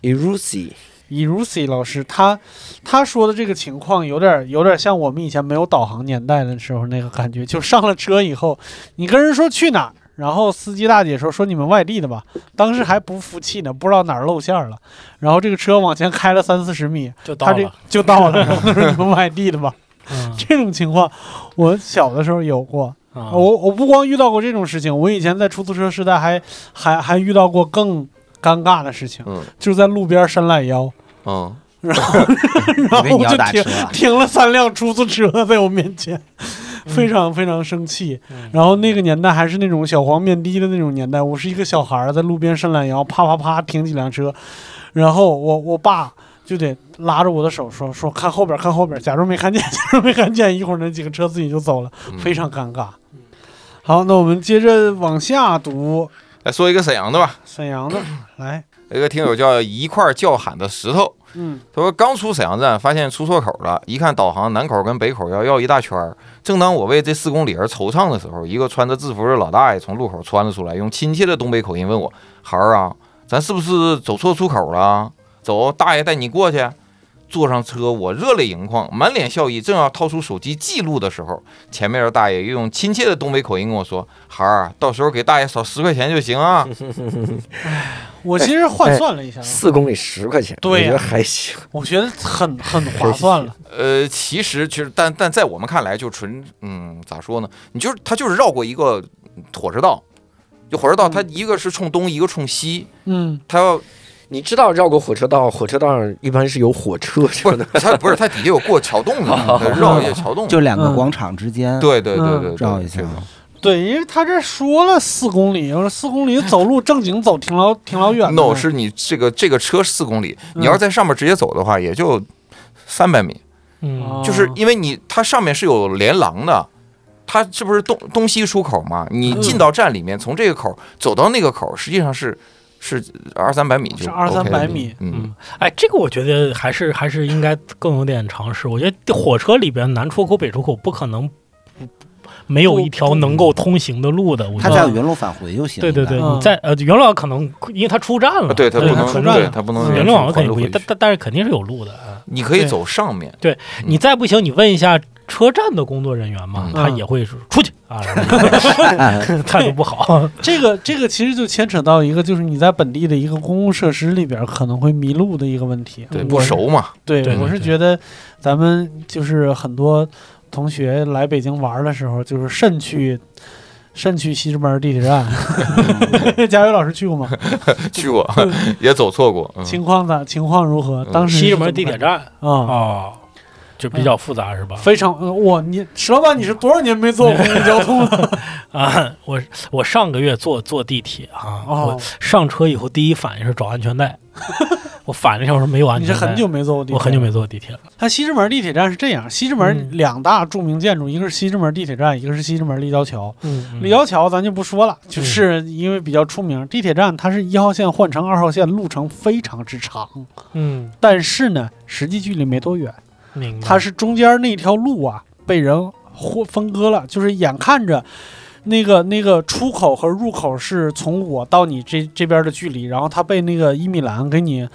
A: i r u s i
D: i r u s i 老师，他他说的这个情况有点有点像我们以前没有导航年代的时候那个感觉，就上了车以后，你跟人说去哪儿，然后司机大姐说说你们外地的吧，当时还不服气呢，不知道哪儿露馅儿了，然后这个车往前开了三四十米，
G: 就到
D: 他这
G: 了。
D: 就到了， 然后都是你们外地的吧？
G: 嗯
D: 这种情况，我小的时候有过。
G: 啊
D: 我我不光遇到过这种事情，我以前在出租车时代还还还遇到过更尴尬的事情，
E: 嗯
D: 就是在路边伸懒腰，
E: 嗯，
D: 然
H: 因为
D: 后
H: 你
D: 我
H: 要
D: 就
H: 打车
D: 停
H: 啊，
D: 停了三辆出租车在我面前，非常非常生气。然后那个年代还是那种小黄面的的那种年代，我是一个小孩儿在路边伸懒腰，啪啪啪停几辆车，然后我我爸就得拉着我的手说说看后边儿看后边儿，假装没看见， 假装没看见，一会儿那几个车自己就走了，
E: 嗯
D: 非。常尴尬。好，那我们接着往下读
E: 来说一个沈阳的吧，
D: 沈阳的，
H: 嗯
D: 来，
E: 有一个听友叫一块叫喊的石头，
D: 嗯，
E: 他说刚出沈阳站，发现出错口了，一看导航，南口跟北口要绕一大圈儿。正当我为这四公里而惆怅的时候，一个穿着制服的老大爷从路口窜了出来，用亲切的东北口音问我：“孩儿啊，咱是不是走错出口了？走，大爷带你过去。”坐上车，我热泪盈眶，满脸笑意，正要掏出手机记录的时候，前面的大爷又用亲切的东北口音跟我说：“孩儿啊，到时候给大爷少十块钱就行啊。
D: 我其实
H: 哎
D: 换算了一下，
A: 四公里十块钱，
D: 对
A: 我
D: 呀
A: 觉得还行。
D: 我觉得很很划算 了，”
E: 呃，其实其实，但但在我们看来，就纯嗯，咋说呢？你就是他就是绕过一个嗯火车道，就火车
H: 嗯
E: 道，它一个是冲东，一个冲西，
D: 嗯，
E: 它要
A: 你知道绕过火车道，火车道上一般是有火车什
E: 不
A: 么
E: 是
A: 的。
E: 它不是它底下有过桥洞的， 它绕一下桥洞。
H: 就两个
D: 嗯
H: 广场之间
E: 对对对
D: 嗯
E: 对，
H: 绕
E: 对
H: 一下
E: 这种。
D: 对，因为他这说了四公里，我说四公里走路正经走挺老挺老远的。
E: no 是你这个这个车四公里，
H: 嗯
E: 你要是在上面直接走的话，也就三百米，
G: 嗯
D: 哦
E: 就是因为你它上面是有连廊的，它这不是东东西出口嘛？你进到站里面，从这个口走到那个口，实际上是是二三百米就是
D: 二
E: OK
D: 三百
E: 了
D: 米，
E: 嗯，
G: 嗯，哎，这个我觉得还是还是应该更有点常识。我觉得火车里边南出口北出口不可能不没有一条能够通行的路的。我觉
H: 他
G: 得
H: 再有原路返回就
G: 嗯
H: 行。
G: 对对对，
H: 一般
D: 嗯
G: 你在呃元老可能因为它出站了，
E: 啊对它
G: 它
E: 不
D: 它
E: 能
D: 出站
E: 对
D: 了
E: 它不能
D: 嗯
G: 元
E: 原
G: 老
E: 路
G: 肯
E: 环
G: 定
E: 路
G: 不行，
E: 回
G: 但
E: 去，嗯
G: 但但是肯定是有路的。啊
E: 你可以
D: 对
E: 走上面。嗯
G: 你再不行，你问一下车站的工作人员嘛
E: 嗯，
G: 他也会说出去 啊， 态度不
E: 嗯
G: 好。
D: 这个这个其实就牵扯到一个，就是你在本地的一个公共设施里边儿可能会迷路的一个问题。
E: 对，
D: 我
E: 不
D: 是。
E: 熟嘛，
D: 对，
G: 对
D: 我
G: 对
D: 是
G: 对
D: 觉得咱们就是很多同学来北京玩儿的时候，就是慎去慎去西直门地铁站。 佳宇老师去过吗？
E: 嗯去过也走错过。嗯
D: 情况咋？情况如何？
E: 嗯
D: 当时
G: 西
D: 是
G: 直门
D: 怎
G: 地
D: 么
G: 铁站
D: 办啊。
G: 哦，就比较复杂是吧？
D: 非常，呃哇！你石老板，你是多少年没坐公共交通 了？
G: 啊，我我上个月坐坐地铁啊，
D: 哦
G: 我，上车以后第一反应是找安 全带，我反应上我说没有安
D: 你
G: 全
D: 是
G: 带，
D: 很久没坐过地铁，
G: 啊我很久没。坐地铁了。
D: 它西直门地铁站是这样，西直门
G: 嗯
D: 两大著名建筑，一个是西直门地铁站，一个是西直门立交桥。
G: 嗯
D: 立交桥咱就不说了，就是因为比较出名。地铁站它是一号线换乘二号线，路程非常之长，
G: 嗯
D: 但是呢，实际距离没多远。
A: 嗯
G: 明白
D: 它是中间那条路啊被人或分割了，就是眼看着那个那个出口和入口是从我到你这这边的距离，然后它被那个伊米兰给你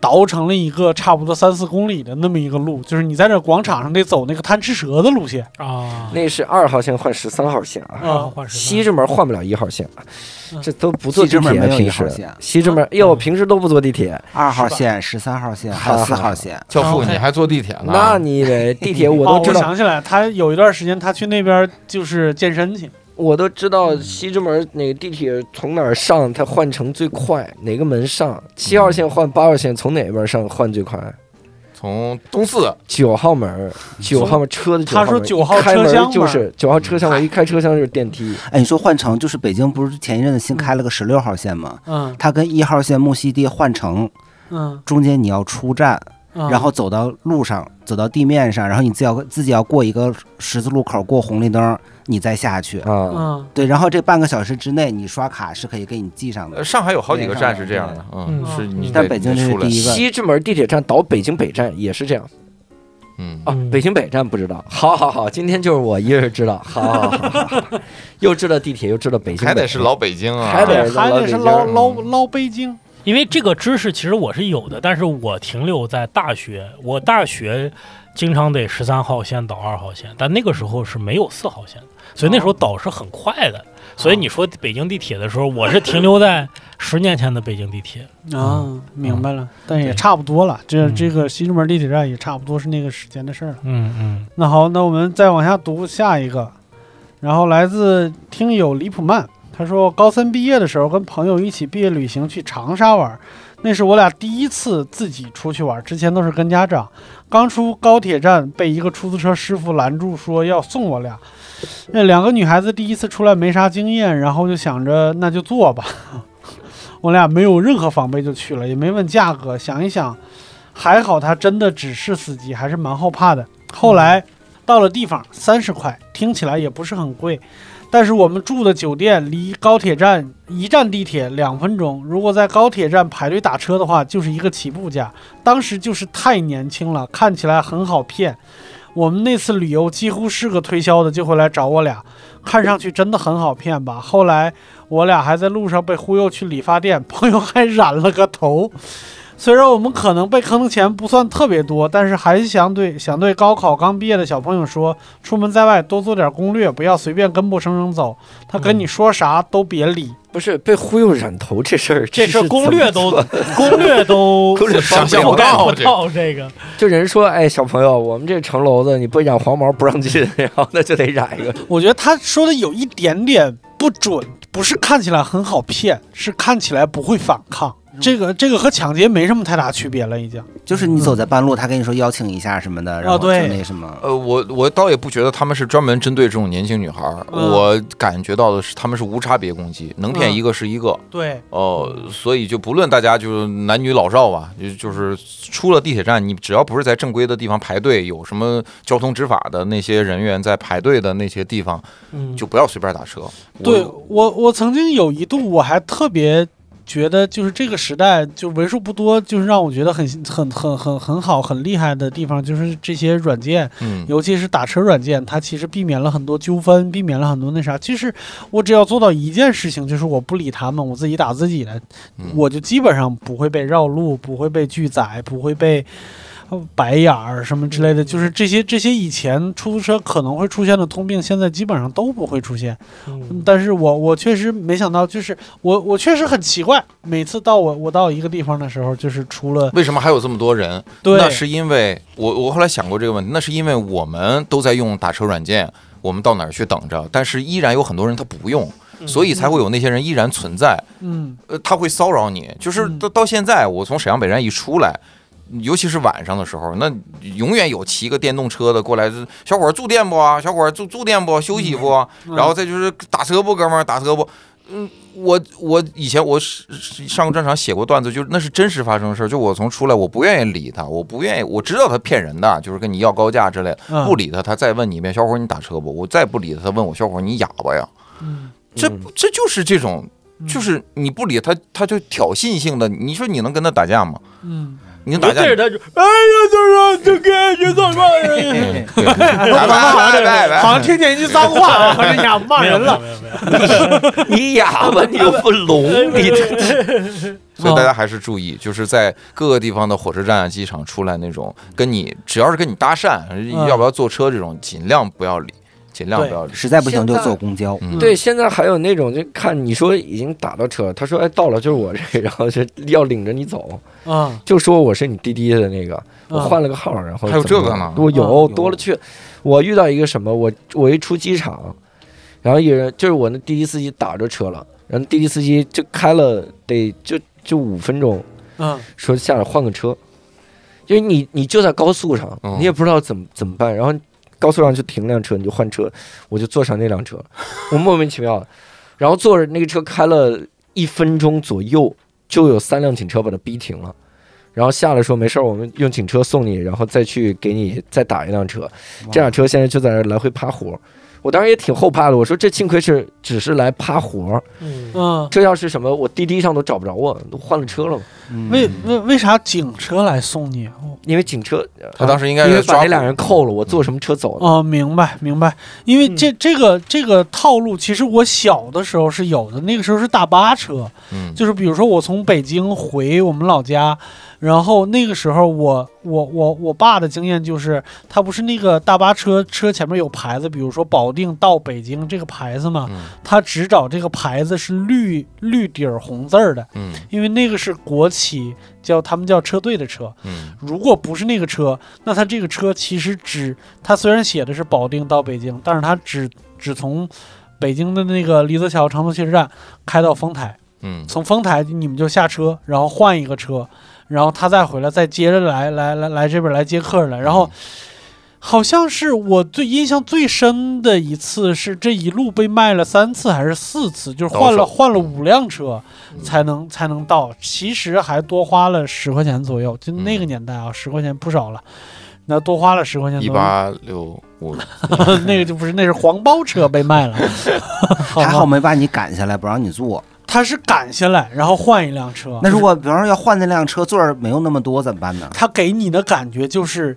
D: 倒成了一个差不多三四公里的那么一个路，就是你在这广场上得走那个贪吃蛇的路线
G: 啊，
A: 那是二号线换十三号线啊，
D: 啊。
G: 换哦十
A: 西直门换不了一号线啊
D: 嗯，
A: 这都不坐
H: 西
A: 地
H: 直门
A: 铁啊
H: 没有
A: 平
H: 一号
A: 时
H: 线。
A: 西直门，哎呦，
G: 嗯
A: 平时都不坐地铁，
H: 二号线、十三号线还有四号线，
E: 教父，
G: OK
E: 你还坐地铁呢？
A: 那你以为地铁我
D: 哦，
A: 都
D: 我
A: 知道，
D: 想起来，他有一段时间他去那边就是健身去，
A: 我都知道西直门哪个地铁从哪儿上，它换乘最快，哪个门上？七号线换八号线，从哪边上换最快？
E: 从东四
A: 九号门，九号门车的九号
D: 他
A: 门，
D: 说九号
A: 开
D: 车
A: 门
D: 厢
A: 就是九号车厢，我一开车厢就是电梯。
H: 哎，你说换乘就是北京不是前一阵子新开了个十六号线吗？
D: 嗯
H: 它跟一号线木樨地换乘，
D: 嗯，
H: 中间你要出站，
D: 嗯
H: 然后走到路上，走到地面上，然后你自己要自己要过一个十字路口，过红绿灯，你再下去。
A: 啊，
D: 嗯
H: 对，然后这半个小时之内，你刷卡是可以给你记上
E: 呃，
H: 的。
E: 上海有好几个站是这样的，嗯，
G: 嗯
E: 是你
H: 但
E: 得
H: 北京这
E: 你得
H: 是
E: 出来
H: 第，一个，
A: 西直门地铁站倒北京北站也是这样
E: 嗯，
A: 啊
G: 嗯。
A: 北京北站不知道，好好好，今天就是我一人知道，好好好好，好好又知道地铁，又知道北京北站，
E: 还得是老北京啊，
A: 还得
D: 对，哎还得是捞捞
E: 嗯
D: 捞北京，
G: 因为这个知识其实我是有的，但是我停留在大学，我大学经常得十三号线倒二号线，但那个时候是没有四号线的，所以那时候
D: 哦
G: 倒是很快的。所以你说北京地铁的时候，我是停留在十年前的北京地铁。
D: 啊，明白了，但也差不多了，这
G: 嗯
D: 这个西直门地铁站也差不多是那个时间的事儿了。
G: 嗯嗯，
D: 那好，那我们再往下读下一个，然后来自听友李普曼，他说高三毕业的时候跟朋友一起毕业旅行去长沙玩，那是我俩第一次自己出去玩，之前都是跟家长。刚出高铁站被一个出租车师傅拦住，说要送我俩。那两个女孩子第一次出来没啥经验，然后就想着那就坐吧。 我俩没有任何防备就去了，也没问价格。想一想，还好他真的只是司机，还是蛮后怕的。后来到了地方，三十块，听起来也不是很贵。但是我们住的酒店离高铁站一站地铁两分钟，如果在高铁站排队打车的话，就是一个起步价。当时就是太年轻了，看起来很好骗。我们那次旅游几乎是个推销的就会来找我俩，看上去真的很好骗吧？后来我俩还在路上被忽悠去理发店，朋友还染了个头。虽然我们可能被坑的钱不算特别多，但是还想对想对高考刚毕业的小朋友说，出门在外多做点攻略，不要随便跟陌生人走，他跟你说啥都别理。
A: 不是被忽悠染头这事儿，
G: 这事
A: 是
G: 儿攻略都
A: 怎么做
G: 攻略都
A: 攻略
E: 想象
G: 不
E: 不
G: 到
E: 到
G: 不到这个，
A: 就人说，哎，小朋友，我们这城楼子你不染黄毛不让进，然后那就得染一个。
D: 我觉得他说的有一点点不准，不是看起来很好骗，是看起来不会反抗。这个这个和抢劫没什么太大区别了，已经。
H: 就是你走在半路，他跟你说邀请一下什么的，然后就
D: 哦对
H: 那什么。
E: 呃，我我倒也不觉得他们是专门针对这种年轻女孩儿，
D: 嗯
E: 我感觉到的是他们是无差别攻击，能骗
D: 嗯
E: 一个是一个。
D: 对，
E: 哦，所以就不论大家就是男女老少吧，就就是出了地铁站，你只要不是在正规的地方排队，有什么交通执法的那些人员在排队的那些地方，
G: 嗯，
E: 就不要随便打车。我
D: 对我我曾经有一度我还特别觉得，就是这个时代就为数不多，就是让我觉得很很很很很好很厉害的地方，就是这些软件
E: 嗯，
D: 尤其是打车软件，它其实避免了很多纠纷，避免了很多那啥。其实我只要做到一件事情，就是我不理他们，我自己打自己的，
E: 嗯
D: 我就基本上不会被绕路，不会被拒载，不会被呃白眼儿什么之
E: 嗯
D: 类的。就是这些这些以前出租车可能会出现的通病，现在基本上都不会出现。嗯但是我我确实没想到，就是我我确实很奇怪，每次到我我到一个地方的时候，就是除了
E: 为什么还有这么多人？
D: 对
E: 那是因为我我后来想过这个问题，那是因为我们都在用打车软件，我们到哪儿去等着，但是依然有很多人他不用，所以才会有那些人依然存在。
D: 嗯
E: 呃，他会骚扰你。就是
D: 嗯
E: 到到现在，我从沈阳北站一出来，尤其是晚上的时候，那永远有骑个电动车的过来，就是小伙儿住店不啊？小伙儿住住店不？休息不啊？
D: 嗯
E: 然后再就是打车不，哥们儿打车不？嗯，我我以前我是是上过战场写过段子，就是那是真实发生的事儿。就我从出来，我不愿意理他，我不愿意，我知道他骗人的，就是跟你要高价之类的，
D: 嗯
E: 不理他，他再问你一遍，小伙儿你打车不？我再不理他，他问我小伙儿你哑巴呀？
D: 嗯
E: 这这就是这种就是你不理他，他就挑衅性的，你说你能跟他打架吗？
D: 嗯，
E: 你能
G: 你就
E: 打架？
G: 对着他就，哎呀，就是就给你怎么样？
E: 嗯对拜拜拜拜拜
D: 好像听见一句脏话啊，合着你俩骂人 了。
G: 没有没有，
A: 你哑巴，你又不聋，你这
E: 所以大家还是注意，就是在各个地方的火车站、机场出来那种跟你只要是跟你搭讪，要不要坐车这种，尽量不要理，尽量不要理。
H: 实在不行就
A: 现在
H: 坐公交。
E: 嗯，
A: 对，现在还有那种就看你说已经打到车了，他说哎到了就是我这，然后就要领着你走，
D: 啊，
A: 就说我是你滴滴的那个，我
D: 嗯
A: 换了个号，然后
E: 还有
A: 怎么
E: 这个
A: 样
E: 呢
A: 我有
H: 有
A: 多了去了。我遇到一个什么，我我一出机场，然后有人就是我那滴滴司机打着车了，然后滴滴司机就开了得就就五分钟，
D: 嗯
A: 说下来换个车，因为你你就在高速上，
E: 嗯
A: 你也不知道怎么怎么办，然后高速上就停辆车，你就换车，我就坐上那辆车，我莫名其妙， 然后坐着那个车开了一分钟左右，就有三辆警车把他逼停了。然后下来说没事儿，我们用警车送你，然后再去给你再打一辆车。这辆车现在就在那儿来回趴活儿，我当时也挺后怕的。我说这幸亏是只是来趴活儿，
G: 嗯，
D: 嗯，
A: 这要是什么，我滴滴上都找不着我，都换了车了嘛。
H: 嗯
D: 为为为啥警车来送你？
A: 因为警车，
E: 他当时应该
A: 因
E: 是
A: 为把
E: 抓
A: 那俩人扣了，我坐什么车走的？
D: 哦，明白明白，因为这这个这个套路，其实我小的时候是有的，那个时候是大巴车，
E: 嗯，
D: 就是比如说我从北京回我们老家，然后那个时候我我我我爸的经验就是，他不是那个大巴车车前面有牌子，比如说保定到北京这个牌子嘛，
E: 嗯
D: 他只找这个牌子是绿绿底儿红字儿的，
E: 嗯
D: 因为那个是国企叫他们叫车队的车，
E: 嗯
D: 如果不是那个车，那他这个车其实只，他虽然写的是保定到北京，但是他只只从北京的那个黎泽桥长途汽车站开到丰台，
E: 嗯
D: 从丰台你们就下车，然后换一个车，然后他再回来，再接着来来来来这边来接客人来，然后好像是我最印象最深的一次是这一路被卖了三次还是四次，就是换
E: 到
D: 了
E: 手
D: 换了五辆车
E: 嗯
D: 才能才能到，其实还多花了十块钱左右，就那个
E: 嗯
D: 年代啊，十块钱不少了。那多花了十块钱
E: 一
D: 左右，
E: 八六五，
D: 那个就不是，那是黄包车被卖了，好
H: 还
D: 吗哦
H: 好没把你赶下来，不让你坐。
D: 他是赶下来，然后换一辆车。
H: 那如果比方说要换那辆车座儿没有那么多怎么办呢？
D: 他给你的感觉就是，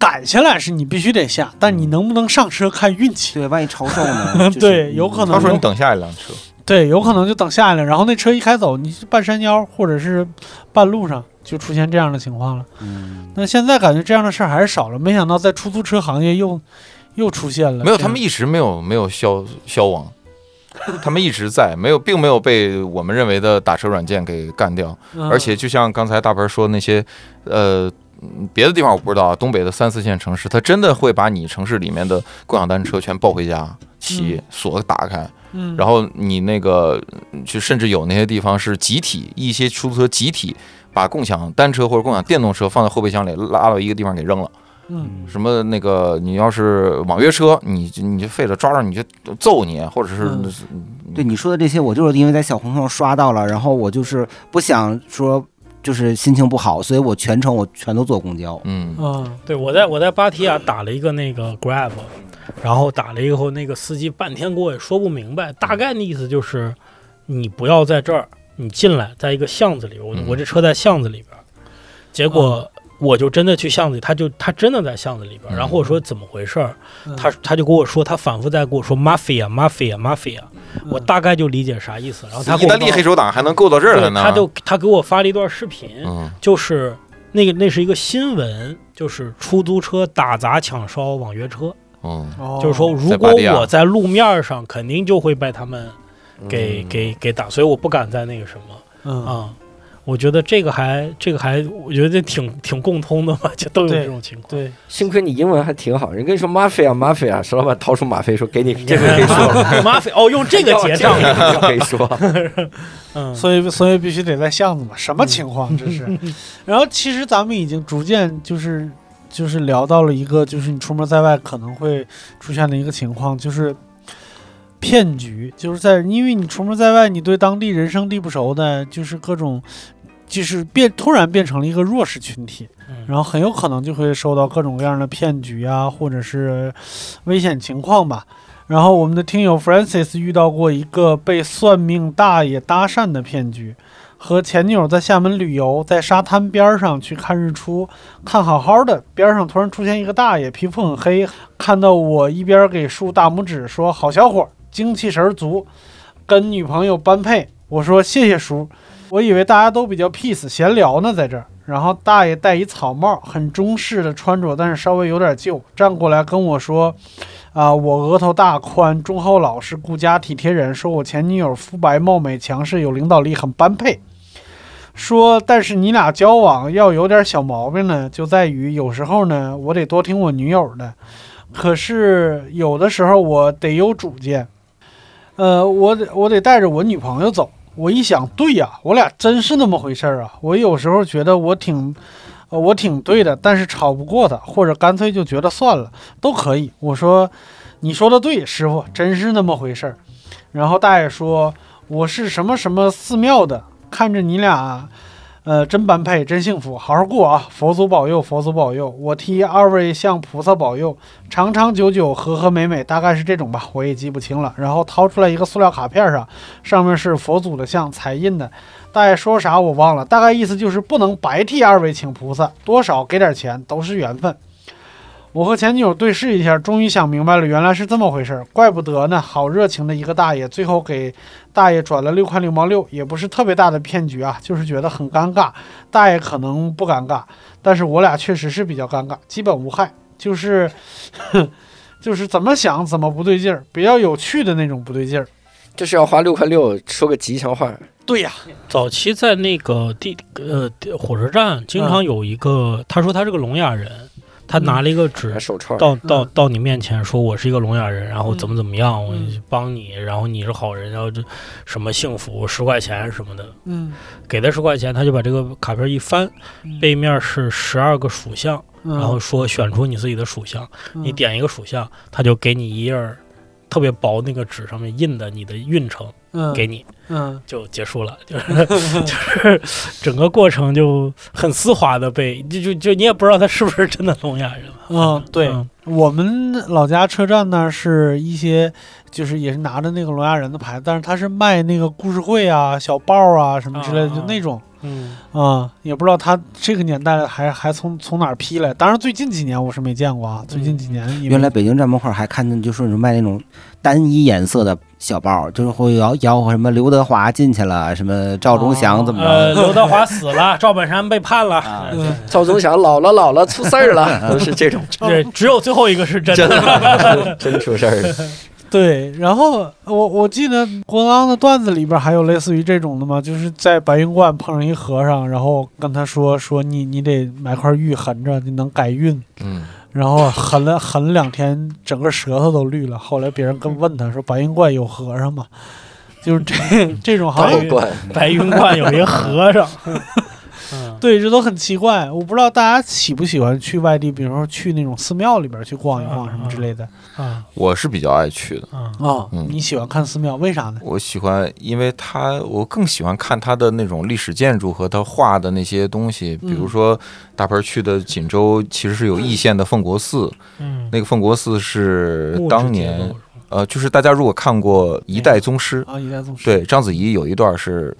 D: 赶下来是你必须得下，但你能不能上车看运气。
H: 对，万一超 售呢？就是嗯
D: 对有可能
E: 他说你等下一辆车，
D: 对，有可能就等下一辆，然后那车一开走，你就半山腰或者是半路上就出现这样的情况了。
H: 嗯，
D: 那现在感觉这样的事儿还是少了，没想到在出租车行业又又出现了。
E: 没有，他们一直没有没有消消亡，他们一直在，没有，并没有被我们认为的打车软件给干掉。
D: 嗯，
E: 而且就像刚才大鹏说那些，呃，嗯别的地方我不知道啊，东北的三四线城市，它真的会把你城市里面的共享单车全抱回家，骑
D: 嗯
E: 锁打开，
D: 嗯，
E: 然后你那个嗯就甚至有那些地方是集体，一些出租车集体把共享单车或者共享电动车放在后备箱里，拉到一个地方给扔了。
D: 嗯
E: 什么那个你要是网约车，你就你就废了，抓着你就揍你，或者是
D: 嗯
H: 对你说的这些，我就是因为在小红书上刷到了，然后我就是不想说，就是心情不好，所以我全程我全都坐公交。
E: 嗯
D: 嗯
G: 对我在我在芭提雅打了一个那个 Grab，然后打了以后，那个司机半天给我也说不明白，大概的意思就是你不要在这儿，你进来，在一个巷子里，我
E: 嗯
G: 我这车在巷子里边儿，结果。我就真的去巷子里，他就他真的在巷子里边儿，
E: 嗯
G: 然后我说怎么回事儿，
D: 嗯
G: 他他就跟我说，他反复在跟我说 mafia mafia mafia，我
D: 嗯
G: 大概就理解啥意思，然后他给
E: 意
G: 我
E: 大利黑手党还能够到这儿来
G: 对，
E: 呢？
G: 他就他给我发了一段视频，
E: 嗯
G: 就是那个那是一个新闻，就是出租车打砸抢烧网约车，
E: 嗯，
A: 哦
D: 哦
G: 就是说如
E: 在
G: 果
E: 巴黎啊
G: 我在路面上，肯定就会被他们给、
E: 嗯
G: 给给打，所以我不敢在那个什么
D: 嗯，
G: 啊。我觉得这个还，这个还，我觉得挺挺共通的吧，就都有
D: 对
G: 这种情况。
D: 对，
A: 幸亏你英文还挺好，人跟你说 mafia mafia，石老板掏出马费说给你，这回可以说了，
G: 了，马匪哦，用 这个结账，
A: 这个可以说。
G: 嗯，
D: 所以所以必须得在巷子嘛，什么情况这 是？然后其实咱们已经逐渐就是就是聊到了一个就是你出门在外可能会出现的一个情况，就是骗局，就是在因为你出门在外，你对当地人生地不熟的，就是各种。就是变突然变成了一个弱势群体，
G: 嗯
D: 然后很有可能就会受到各种各样的骗局啊，或者是危险情况吧。然后我们的听友 Francis 遇到过一个被算命大爷搭讪的骗局，和前女友在厦门旅游，在沙滩边上去看日出，看好好的，边上突然出现一个大爷，皮肤很黑，看到我一边给竖大拇指说好小伙儿，精气神儿足，跟女朋友般配，我说谢谢叔，我以为大家都比较 peace 闲聊呢，在这儿。然后大爷戴一草帽，很中式的穿着，但是稍微有点旧，站过来跟我说：“啊、我额头大宽，忠厚老实，顾家体贴人。说我前女友肤白貌美，强势有领导力，很般配。说但是你俩交往要有点小毛病呢，就在于有时候呢，我得多听我女友的，可是有的时候我得有主见，呃，我得我得带着我女朋友走。我一想，对呀、我俩真是那么回事儿啊！我有时候觉得我挺，呃我挺对的，但是吵不过她，或者干脆就觉得算了，都可以。我说，你说的对，师傅，真是那么回事儿。然后大爷说，我是什么什么寺庙的，看着你俩，呃，真般配，真幸福，好好过啊！佛祖保佑，佛祖保佑，我替二位向菩萨保佑，长长久久，和和美美，大概是这种吧，我也记不清了。然后掏出来一个塑料卡片上。上面是佛祖的像彩印的。大爷说啥我忘了，大概意思就是不能白替二位请菩萨，多少给点钱都是缘分。我和前女友对视一下，终于想明白了，原来是这么回事儿，怪不得呢，好热情的一个大爷，最后给大爷转了六块六毛六，也不是特别大的骗局啊，就是觉得很尴尬，大爷可能不尴尬，但是我俩确实是比较尴尬，基本无害，就是， 就是怎么想怎么不对劲儿，比较有趣的那种不对劲儿。
A: 这是要花六块六说个吉祥话，
D: 对呀、
G: 早期在那个地呃地火车
D: 嗯
G: 站，经常有一个，他说他是个聋哑人，他拿了一个纸
A: 还手串儿，
G: 到到到你面前说我是一个聋哑人，然后怎么怎么样，我
D: 嗯
G: 帮你，然后你是好人，然后这什么幸福十块钱什么的，
D: 嗯。
G: 给他十块钱，他就把这个卡片一翻，背面是十二个属相，
D: 然
G: 然后说选出你自己的属相，你
D: 嗯
G: 点一个属相，他就给你一页儿特别薄那个纸上面印的你的运程
D: 嗯
G: 给你。
D: 嗯
G: 就结束了， 就是就是整个过程就很丝滑的被就就就你也不知道他是不是真的聋哑人了。
D: 嗯，对
G: 嗯
D: 我们老家车站那儿是一些就是也是拿着那个聋哑人的牌子，但是他是卖那个故事会啊、小报啊什么之类的，
G: 啊
D: 就那种
G: 嗯，
D: 啊、也不知道他这个年代还还从从哪儿批来。当然最近几年我是没见过啊，最近几年因为
H: 原来北京站门口还看见，就是卖那种单一颜色的小报，就是会摇吆喝什么刘德华进去了，什么赵忠祥怎么
G: 呃，
H: 着，
G: 刘德华死了， 赵本山被判了，
H: 啊
G: 呃
D: 嗯
A: 赵忠祥老了老了出事儿 了，都是这种
G: 对，只有最后一个是真的。
A: 的真出事儿了。
D: 对，然后我我记得郭德纲的段子里边还有类似于这种的嘛，就是在白云观碰上一和尚，然后跟他说说你你得买块玉横着，你能改运。
E: 嗯，
D: 然后狠了狠了两天，整个舌头都绿了。后来别人跟问他说：“白云观有和尚吗？”就是这 这种好
G: 哎
A: 道
D: 像
A: 观
G: 白云观有一个和 尚，嗯，
D: 对，这都很奇怪。我不知道大家喜不喜欢去外地，比如说去那种寺庙里边去逛一逛什么之类的
G: 啊
E: 我是比较爱去的。
G: 啊，
D: 啊
E: 嗯
D: 你喜欢看寺庙，为啥呢？
E: 我喜欢，因为它我更喜欢看它的那种历史建筑和它画的那些东西，比
G: 嗯
E: 如说大盆儿去的锦州其实是有义县的奉国寺，
G: 嗯，
E: 那个奉国寺是
G: 木质
E: 当
G: 结
E: 年
G: 构嗯
E: 呃，就是大家如果看过《一代宗师》，
D: 啊，一代宗师
E: 对章子怡有一段是。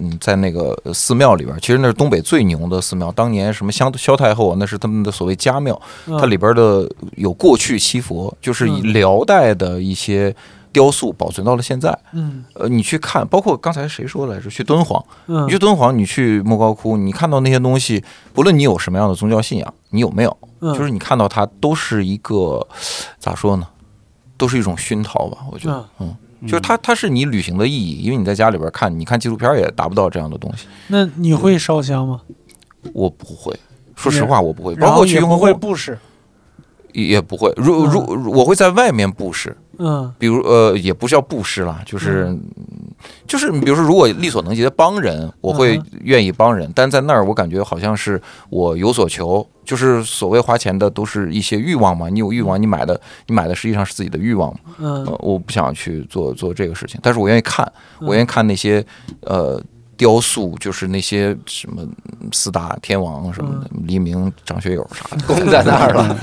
E: 嗯，在那个呃寺庙里边儿，其实那是东北最牛的寺庙。当年什么萧萧太后啊，那是他们的所谓家庙。
G: 嗯
E: 它里边的有过去西佛，就是以
D: 嗯
E: 辽代的一些雕塑保存到了现在。
D: 嗯
E: 呃，你去看，包括刚才谁说来着？去敦煌，
D: 嗯
E: 你去敦煌，你去莫高窟，你看到那些东西，不论你有什么样的宗教信仰，你有没有，
D: 嗯
E: 就是你看到它都是一个咋说呢？都是一种熏陶吧，我觉得，嗯，就是它，它是你旅行的意义，因为你在家里边看，你看纪录片也达不到这样的东西。
D: 那你会烧香吗？
E: 我不会，说
D: 也
E: 实话，我不会，
D: 然
E: 包
D: 后
E: 括去
D: 也
E: 雍
D: 不
E: 和
D: 会嗯
E: 宫
D: 布施。
E: 也也不会。如如如我会在外面布施，
D: 嗯
E: 比如呃，也不叫布施啦，就是、就是，比如说，如果力所能及的帮人，我会
D: 嗯
E: 愿意帮人。但在那儿，我感觉好像是我有所求，就是所谓花钱的都是一些欲望嘛。你有欲望，你买的你买的实际上是自己的欲望嘛。
D: 嗯
E: 嗯呃，我不想去做做这个事情，但是我愿意看，我愿意看那些呃雕塑，就是那些什么四大天王什么的，黎明、张学友啥的。
A: 供在那儿 了，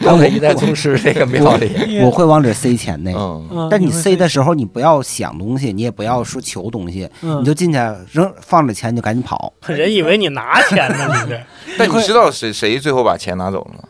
A: 供在一代宗师这个庙里。
D: 你
H: 我会往里塞钱的。
E: 嗯，
D: 嗯
H: 但你
D: 会
H: 塞的时候，你不要想东西，你也不要说求东西，
D: 嗯
H: 你就进去扔放着钱，你就赶紧跑。
G: 人以为你拿钱呢，你这
E: 但你知道谁谁最后把钱拿走了吗？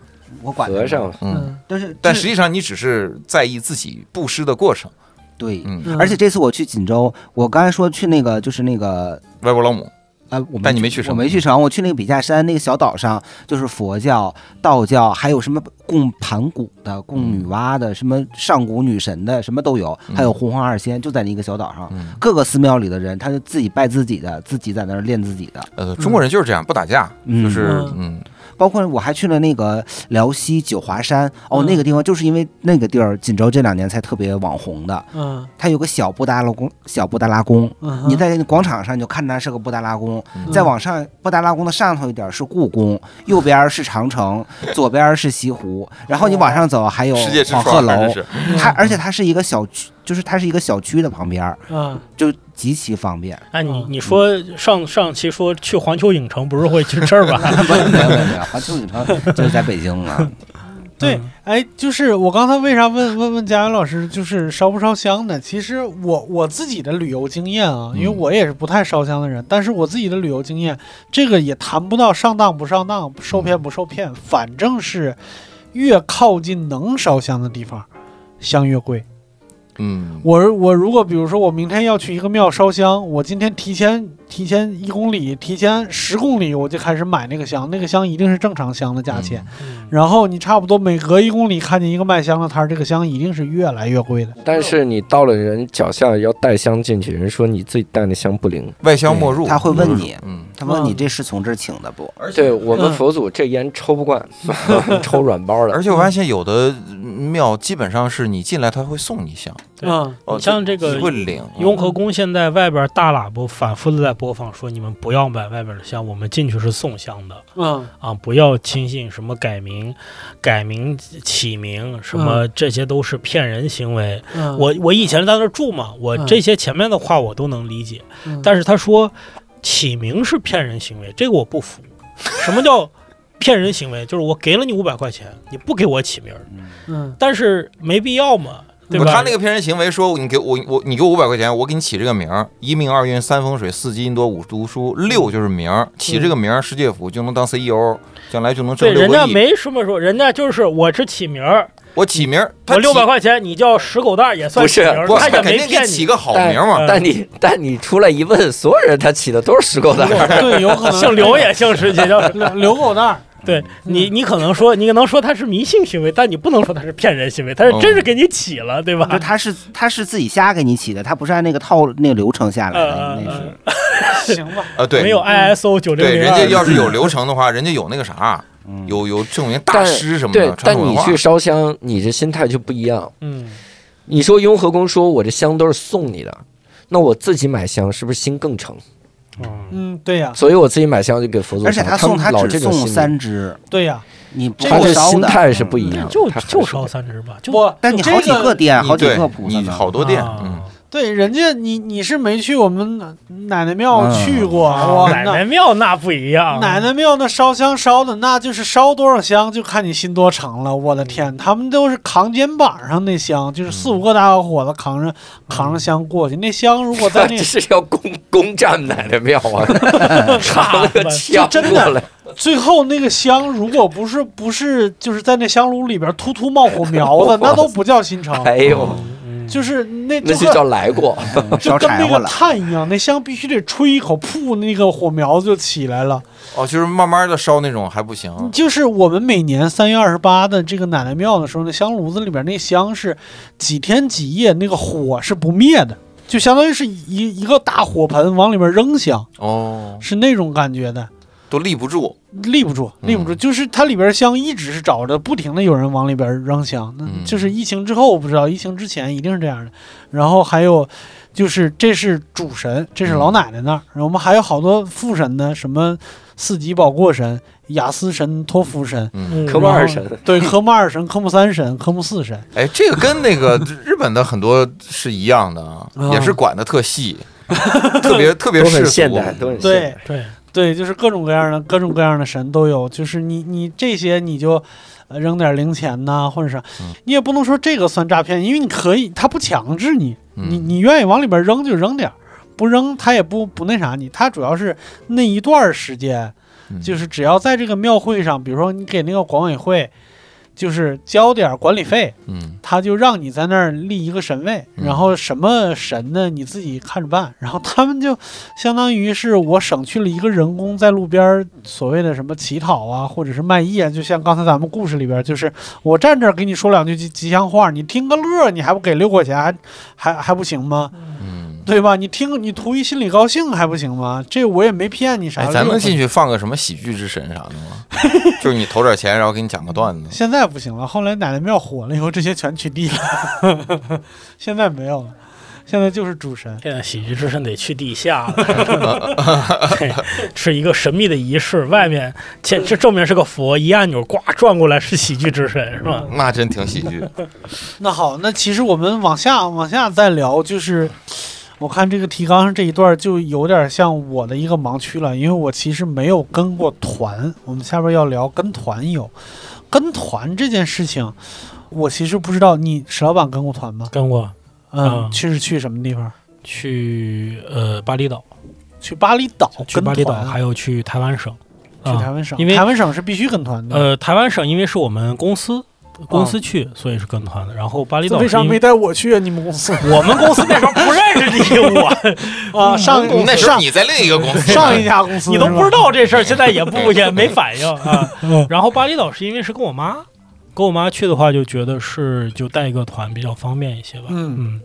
H: 我管
A: 和
H: 他
A: 尚
H: 呢，
E: 嗯，
H: 但是
E: 但
H: 这
E: 实际上你只是在意自己布施的过程。
H: 对，
E: 嗯，
D: 嗯
H: 而且这次我去锦州，我刚才说去那个就是那个
E: 外国老母，
H: 呃，我
E: 但你没去成
H: 我没去成，我去那个笔架山那个小岛上，就是佛教、道教，还有什么供盘古的、供
E: 嗯
H: 女娲的、什么上古女神的，什么都有，还有洪荒二仙，就在那个小岛上，
E: 嗯，
H: 各个寺庙里的人，他就自己拜自己的，自己在那儿练自己的，
E: 呃，中国人就是这样，不打架，
H: 嗯
E: 就是嗯
D: 嗯，
H: 包括我还去了那个辽西九华山，哦，
D: 嗯
H: 那个地方就是因为那个地儿，锦州这两年才特别网红的，
D: 嗯
H: 它有个小布达拉宫，小布达拉宫。
D: 嗯哼，
H: 你在广场上你就看它是个布达拉宫，
E: 嗯
H: 再往上布达拉宫的上头一点是故宫，右边是长城，左边是西湖，然后你往上走还有
E: 哦世界之
H: 黄鹤
E: 窗，真
H: 楼，
E: 是
D: 嗯
H: 它而且它是一个小区，就是它是一个小区的旁边儿，
D: 啊，
H: 就极其方便。
G: 那你你说上上期说去环球影城，不是会去这儿 吧？
H: 没有没有没有，环球影城就是在北京嘛。
D: 对
G: 嗯，
D: 哎，就是我刚才为啥问问问佳云老师，就是烧不烧香呢？其实我我自己的旅游经验啊，因为
E: 嗯
D: 我也是不太烧香的人，但是我自己的旅游经验，这个也谈不到上当不上当，受骗不受骗，反正是越靠近能烧香的地方，香越贵。
E: 嗯，
D: 我我如果比如说我明天要去一个庙烧香，我今天提前提前一公里，提前十公里我就开始买那个香，那个香一定是正常香的
E: 嗯
D: 价钱。
G: 嗯
D: 然后你差不多每隔一公里看见一个卖香的摊儿，这个香一定是越来越贵的。
A: 但是你到了人脚下要带香进去，人说你自己带那香不灵。
E: 外香莫入，
H: 他会问你，
E: 嗯，
H: 他问你
D: 嗯
H: 这是从这儿请的不？
A: 对我们
D: 嗯
A: 佛祖这烟抽不 惯，抽软包的
E: 而。且我发现有的庙基本上是你进来他会送你香，
G: 对
D: 嗯，
E: 哦，
G: 像这个
E: 你会领
D: 哦
E: 嗯
G: 雍和宫现在外边大喇叭反复的在播放，说你们不要买外边的香，我们进去是送香的
D: 嗯
G: 啊，不要轻信什么改名、改名起名，什么这些都是骗人行为。
D: 嗯，
G: 我我以前在那儿住嘛，我
D: 嗯
G: 这些前面的话我都能理解，
D: 嗯，
G: 但是他说起名是骗人行为，这个我不服。什么叫骗人行为？就是我给了你五百块钱，你不给我起名儿，
D: 嗯
G: 但是没必要嘛，对
E: 不
G: 吧？
E: 他那个骗人行为说，你给我我你给我五百块钱，我给你起这个名儿，一命二运三风水四积阴多五读书六就是名儿，起这个名儿世界府就能当 CEO，将来就能
G: 对，
E: 挣六
G: 人家
E: 个亿。
G: 没什么说，人家就是我是起名儿，
E: 我起名儿，他
G: 我
E: 起
G: 六百，块钱，你叫石狗蛋儿也算
A: 不是
G: 起名儿，
E: 不，
G: 他
E: 他
G: 也
E: 肯
G: 没
E: 定给
G: 骗
E: 你
G: 你呃
E: 起。个好名儿嘛。嗯
A: 但你但你出来一问，所有人他起的都是石膏 蛋儿。
D: 对，有可能
G: 姓刘也姓 石，也叫石
D: 刘刘狗蛋 儿，
G: 对你，你可能说，你可能说他是迷信行为，但你不能说他是骗人行为，他是真
E: 哦
G: 是给你起了，对吧
H: 就？他是他是自己瞎给你起的，他不是按那个套那个流程下来的，
G: 嗯嗯
H: 那
G: 嗯
H: 是
D: 行吧？
E: 呃，对，
G: 没有啊 ISO 九零
E: 对，
G: 零
E: 人家要是有流程的话，人家有那个啥，有有证明大
A: 但
E: 师什么
A: 对
E: 的，，传
A: 但
E: 统文
A: 你
E: 化
A: 去。烧香，你这心态就不一样。
G: 嗯，
A: 你说雍和宫说我这香都是送你的，那我自己买香是不是心更诚？
D: 嗯，对呀，
A: 所以我自己买香就给佛祖烧，
H: 而且他送
A: 们
H: 他
A: 老
H: 只
A: 这种
H: 送
A: 心理，
H: 三只，
D: 对呀，
H: 你不
A: 他
H: 够
A: 这
H: 烧
A: 心
H: 的。
A: 态是不一
G: 那
E: 嗯
A: 样。
G: 就
A: 他还
G: 就是烧三只吧，就
D: 不，
H: 但你好几
D: 这
H: 个店，好几
E: 对
H: 个菩萨
E: 你
H: 呢。
E: 好多店，
G: 啊
E: 嗯，
D: 对，人家你你是没去我们奶奶庙
H: 嗯
D: 去过，
G: 啊
D: 我
G: 奶
D: 那
G: 奶庙那不一样，
D: 奶奶庙那烧香烧的，那就是烧多少香就看你心多诚了。我的
G: 嗯
D: 天，他们都是扛肩膀上那香，就是四五个大小伙子扛着扛
G: 嗯
D: 着香过去。那香如果在那
A: 这是要攻攻占奶奶庙 啊，扛了个枪
D: 这真
A: 过
D: 的
A: 来，
D: 最后那个香，如果不是不是就是在那香炉里边突突冒火 苗子，那都不叫心
E: 啊
D: 诚，
A: 哎呦，
E: 哦
D: 就是那
A: 那
D: 就
A: 就
D: 跟
A: 叫来过。
H: 嗯
D: 就
H: 烧
D: 跟
H: 柴
D: 那
H: 火
D: 个
H: 了。
D: 炭一样，那香必须得吹一口，噗，那个火苗子就起来了。
E: 哦，就是慢慢的烧那种还不行，
D: 就是我们每年三月二十八的这个奶奶庙的时候，那香炉子里边那香是几天几夜，那个火是不灭的，就相当于是一一个大火盆往里面扔香，
A: 嗯
E: 哦，
D: 是那种感觉的，
E: 都立不住，
D: 立不住，立不住。
E: 嗯
D: 就是它里边香一直是着着，不停的有人往里边扔香。那
E: 嗯
D: 就是疫情之后我不知道，疫情之前一定是这样的。然后还有就是这是主神，这是老奶奶那儿，然后我们还有好多副神呢，什么四级保过神、雅思神、托福神。
E: 嗯，
G: 嗯
A: 科目二神，
D: 对，科目二神、科目三神、科目四神，
E: 哎，这个跟那个日本的很多是一样的啊，
D: 哦
E: 也是管的特细，特别特别
A: 都
E: 世
A: 很
E: 俗。
A: 现代，都很现
D: 对
A: 代。
G: 对，
D: 对，就是各种各样的各种各样的神都有，就是你你这些你就。呃扔点零钱呐、或者啥
E: 嗯，
D: 你也不能说这个算诈骗，因为你可以，他不强制你，
E: 嗯
D: 你你愿意往里边扔就扔点儿，不扔他也不不那啥你。他主要是那一段儿时间，
E: 嗯
D: 就是只要在这个庙会上，比如说你给那个管委会，就是交点儿管理费，
E: 嗯
D: 他就让你在那儿立一个神位，
E: 嗯
D: 然后什么神呢，你自己看着办。然后他们就相当于是我省去了一个人工在路边儿所谓的什么乞讨啊，或者是卖艺啊，就像刚才咱们故事里边儿，就是我站这儿给你说两句吉吉祥话，你听个乐儿，你还不给六块钱，还还还不行吗？
E: 嗯，
D: 对吧？你听你图一心里高兴还不行吗？这我也没骗你啥。
E: 哎，
D: 六
E: 咱能
D: 块
E: 进去放个什么喜剧之神啥的吗？ 就是你投点钱，然后给你讲个段子。
D: 现在不行了，后来奶奶庙火了以后，这些全取缔了， 现在没有了，现在就是主神。
G: 现在喜剧之神得去地下了，对是一个神秘的仪式，外面前这正面是个佛，一按钮呱转过来是喜剧之神，是吧？
E: 那真挺喜剧，
D: 那好，那其实我们往下往下再聊，
G: 嗯
D: 就是我看这个提纲上这一段就有点像我的一个盲区了，因为我其实没有跟过团。我们下边要聊跟团有，跟团这件事情，我其实不知道你史老板跟过团吗？
G: 跟我
D: 嗯，
G: 嗯
D: 去是去什么地方？
G: 去呃巴厘岛，
D: 去巴厘岛
G: 去
D: 跟
G: 巴厘岛，
D: 团啊
G: 还有去台湾省，
D: 去台
G: 啊，
D: 湾省，
G: 因为
D: 台湾省是必须跟团的。
G: 呃，台湾省因为是我们公司公司去，所以是跟团的。然后巴厘岛
D: 哦为
G: 是
D: 啥
G: 因
D: 没带我去啊？你们公 司
G: 我们公司那时候不认识你，我
D: 啊，上一
E: 那时候
D: 上
E: 你在另一个公司，
D: 上一家公司
G: 你都不
D: 嗯是
G: 知
D: 吧嗯
G: 道这事儿，现在也不也没反应啊。然后巴厘岛是因为是跟我妈，跟我妈去的话就觉得是就带一个团比较方便一些吧。
D: 嗯
G: 嗯，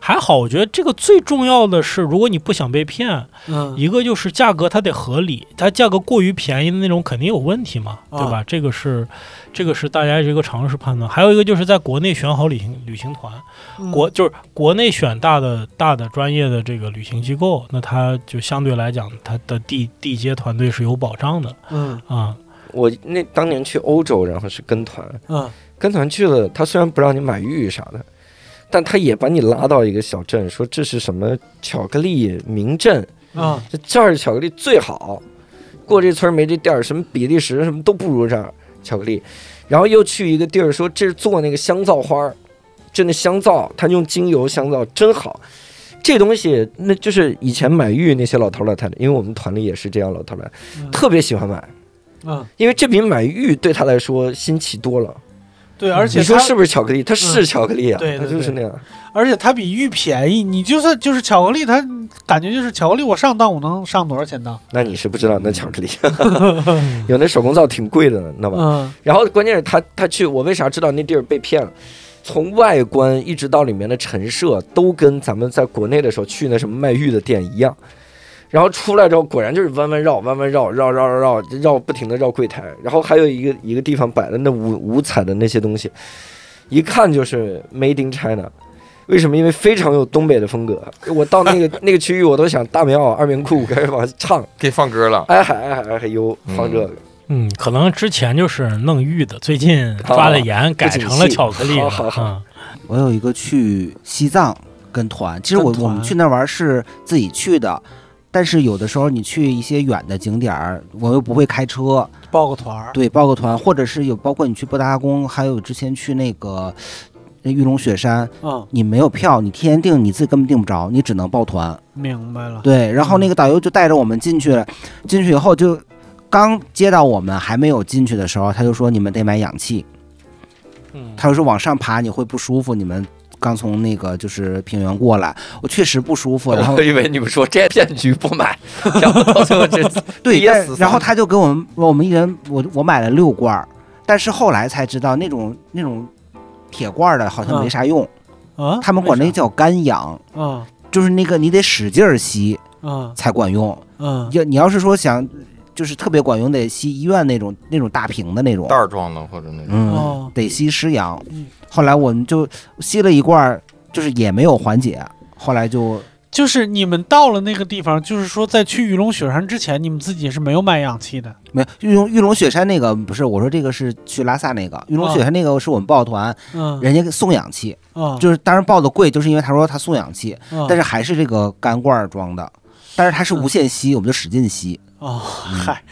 G: 还好，我觉得这个最重要的是，如果你不想被骗，
D: 嗯
G: 一个就是价格它得合理，它价格过于便宜的那种肯定有问题嘛，
H: 啊
G: 对吧？这个是这个是大家一个常识判断。还有一个就是在国内选好旅行旅行团，
D: 嗯
G: 国就是国内选大的大的专业的这个旅行机构，那它就相对来讲，它的地地接团队是有保障的
D: 嗯
G: 啊。
A: 我那当年去欧洲，然后是跟团，
D: 嗯
A: 跟团去了，他虽然不让你买玉啥的，但他也把你拉到一个小镇，说这是什么巧克力名镇，
D: 嗯
A: 这这儿巧克力最好，过这村儿没这店儿，什么比利时什么都不如这儿巧克力。然后又去一个地儿说这是做那个香皂花儿，就那香皂，他用精油香皂真好。这东西那就是以前买玉那些老头老太太，因为我们团里也是这样老头老太太，
D: 嗯
A: 特别喜欢买，
D: 嗯，
A: 因为这比买玉对他来说新奇多了。
D: 对，而且
A: 你说
D: 它
A: 是不是巧克力？它是巧克力啊，
D: 对对
A: 它就是那样。
D: 而且它比玉便宜，你就算就是巧克力，它感觉就是巧克力，我上当我能上多少钱当？
A: 那你是不知
D: 嗯
A: 道那巧克力， 有那手工皂挺贵的呢，那吧？
D: 嗯
A: 然后关键是他他去，我为啥知道那地儿被骗了？从外观一直到里面的陈设，都跟咱们在国内的时候去那什么卖玉的店一样。然后出来之后，果然就是弯弯绕，弯弯绕，绕绕绕绕绕，不停的绕柜台。然后还有一个一个地方摆的那五五彩的那些东西，一看就是 Made in China。为什么？因为非常有东北的风格。我到那个那个区域，我都想大棉袄、二棉裤开始往唱，
E: 可以放歌了。
A: 哎嗨哎嗨哎嗨呦，放这个。
G: 嗯，可能之前就是弄玉的，最近抓的严，改成了巧克力了。
A: 好好好
G: 啊
H: 我有一个去西藏跟团，其实我
D: 跟团
H: 我们去那儿玩是自己去的，但是有的时候你去一些远的景点儿，我又不会开车，
D: 报个团儿，
H: 对，报个团，或者是有包括你去布达拉宫，还有之前去那个呃玉龙雪山，
D: 嗯，
H: 你没有票，你提前订你自己根本订不着，你只能报团。
D: 明白了，
H: 对，然后那个导游就带着我们进去，进去以后就刚接到我们还没有进去的时候，他就说你们得买氧气。
G: 嗯，
H: 他就说往上爬你会不舒服，你们刚从那个就是平原过来，我确实不舒 服。然后
A: 我以为你们说这骗局不买，然后到最后 这
H: 对，
A: 憋
H: 但
A: 死
H: 然后
A: 咱们
H: 他就给我们我们一人我我买了六罐儿，但是后来才知道那种那种铁罐儿的好像没啥用，
D: 啊，
H: 他们管那
D: 嗯为啥，
H: 叫干氧，
D: 嗯
H: 就是那个你得使劲儿吸
D: 嗯
H: 才管用。
D: 嗯，
H: 要你要是说想就是特别管用，得吸医院那种那种大瓶的那种
E: 袋。儿装的或者那种，
H: 嗯，
D: 哦
H: 得吸湿氧
D: 嗯。
H: 后来我们就吸了一罐儿，就是也没有缓解，后来就
D: 就是你们到了那个地方，就是说在去玉龙雪山之前，你们自己是没有买氧气的。
H: 没有玉龙玉龙雪山那个不是，我说这个是去拉萨那个玉龙雪山那个是我们报团，
D: 嗯，
H: 人家送氧气，
D: 啊，
H: 就是当然报的贵，就是因为他说他送氧气，
D: 嗯
H: 但是还是这个干罐儿装的，但是它是无限吸，我们就使劲吸，
D: 哦，
H: 嗯
D: 嗨，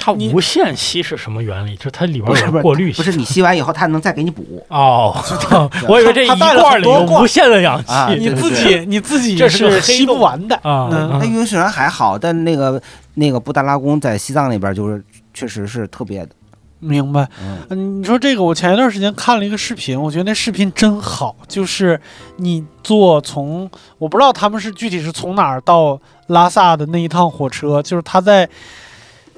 G: 它
D: 你
G: 无限吸是什么原理？就是它里边
H: 不是
G: 有
H: 不是
G: 过滤
H: 不是
G: 系
H: 你吸完以后它能再给你补，
G: 哦， 我以为这一
D: 它带了
G: 罐
D: 很
G: 里
D: 多
G: 有
D: 罐
G: 无限的氧气
H: 啊
D: 你
H: 对
D: 自己你自己
G: 这是
D: 是
G: 个黑
D: 吸不
G: 洞
D: 完的。
G: 啊
D: 嗯
H: 那
G: 嗯
H: 玉龙雪山还好，但那个那个布达拉宫在西藏那边就是确实是特别的，
D: 明白
H: 嗯，
D: 嗯，你说这个，我前一段时间看了一个视频，我觉得那视频真好，就是你坐从我不知道他们是具体是从哪儿到拉萨的那一趟火车，就是他在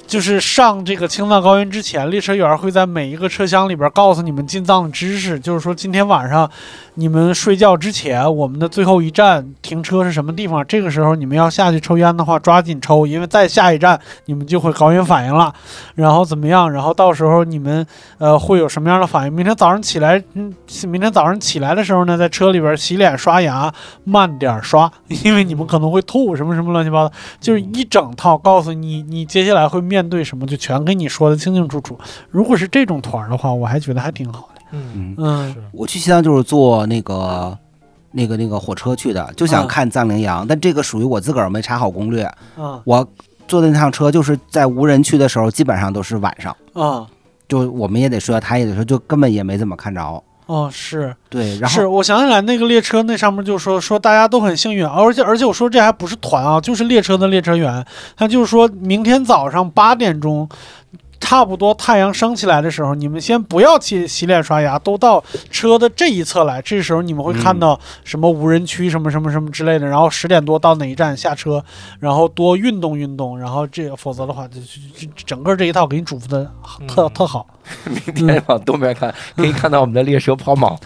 D: 就是上这个青藏高原之前，列车员会在每一个车厢里边告诉你们进藏的知识，就是说今天晚上你们睡觉之前，我们的最后一站停车是什么地方？这个时候你们要下去抽烟的话，抓紧抽，因为再下一站你们就会高原反应了。然后怎么样？然后到时候你们呃会有什么样的反应？明天早上起来，嗯，明天早上起来的时候呢，在车里边洗脸刷牙，慢点刷，因为你们可能会吐，什么什么乱七八糟，就是一整套告诉你你接下来会面对什么，就全给你说的清清楚楚。如果是这种团儿的话，我还觉得还挺好的。
G: 嗯，
H: 嗯，
D: 嗯
G: 是
H: 我去西藏就是坐那个。那个那个火车去的，就想
D: 嗯
H: 看藏羚羊，但这个属于我自个儿没查好攻略。
D: 啊
H: 我坐的那趟车就是在无人区的时候，基本上都是晚上，
D: 啊
H: 就我们也得睡觉，他也得睡，就根本也没怎么看着。
D: 哦，是。
H: 对，然
D: 是
H: 后
D: 我想起来那个列车那上面就说说大家都很幸运，而且而且我说这还不是团啊，就是列车的列车员，他就是说明天早上八点钟。差不多太阳升起来的时候，你们先不要去洗脸刷牙，都到车的这一侧来。这时候你们会
H: 嗯
D: 看到什么无人区、什么什么什么之类的。然后十点多到哪一站下车，然后多运动运动。然后这否则的话，就就就整个这一套给你嘱咐的特、
G: 嗯
D: 特好。
A: 明天往东边 看，可以看到我们的列车抛锚。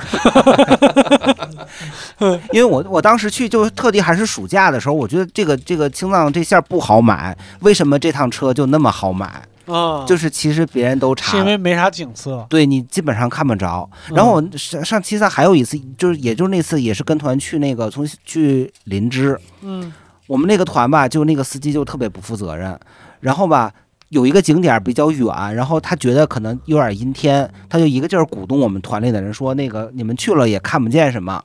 H: 因为我我当时去就是特地还是暑假的时候，我觉得这个这个青藏这线不好买，为什么这趟车就那么好买？
D: 啊，
H: 就是是其实别人都查
D: 是因为没啥景色。
H: 对你基本上看不着。
D: 嗯
H: 然后我上上西藏还有一次，就是也就是那次也是跟团去那个从去林芝，
D: 嗯，
H: 我们那个团吧，就那个司机就特别不负责任，然后吧。有一个景点比较远，然后他觉得可能有点阴天，他就一个劲儿鼓动我们团里的人说：“那个你们去了也看不见什么，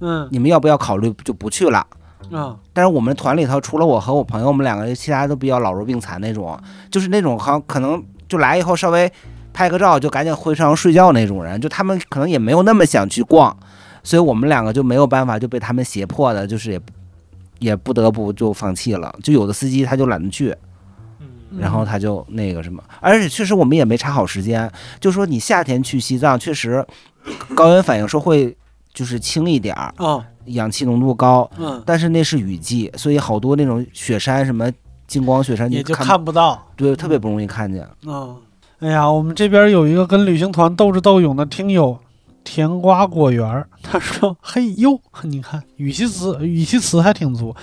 D: 嗯
H: 你们要不要考虑就不去了？”
D: 啊
H: 但是我们团里头除了我和我朋友，我们两个其他都比较老弱病残那种，就是那种好像可能就来以后稍微拍个照就赶紧回床睡觉那种人，就他们可能也没有那么想去逛，所以我们两个就没有办法就被他们胁迫的，就是也也不得不就放弃了。就有的司机他就懒得去，
G: 嗯
H: 然后他就那个什么，而且确实我们也没查好时间，就说你夏天去西藏确实高原反应说会就是轻一点儿，
D: 哦
H: 氧气浓度高，
D: 嗯，
H: 但是那是雨季，所以好多那种雪山什么金光雪山
D: 也
H: 你
D: 就
H: 看
D: 看不到。
H: 对，特别不容易看见。
D: 嗯，哎呀，我们这边有一个跟旅行团斗智斗勇的听友。甜瓜果园儿，他说：“嘿呦，你看语气词，语气词还挺足。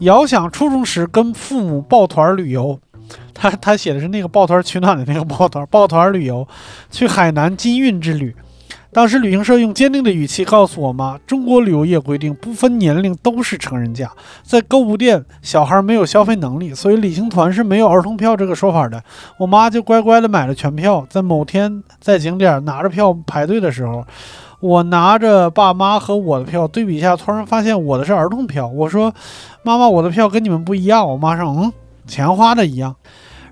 D: 遥想初中时跟父母抱团旅游，他他写的是那个抱团取暖的那个抱团，抱团旅游去海南金运之旅。当时旅行社用坚定的语气告诉我妈，中国旅游业规定不分年龄都是成人价，在购物店小孩没有消费能力，所以旅行团是没有儿童票这个说法的。我妈就乖乖的买了全票，在某天在景点拿着票排队的时候，我拿着爸妈和我的票对比一下，突然发现我的是儿童票。我说：“妈妈，我的票跟你们不一样。”我妈说：“嗯，钱花的一样。”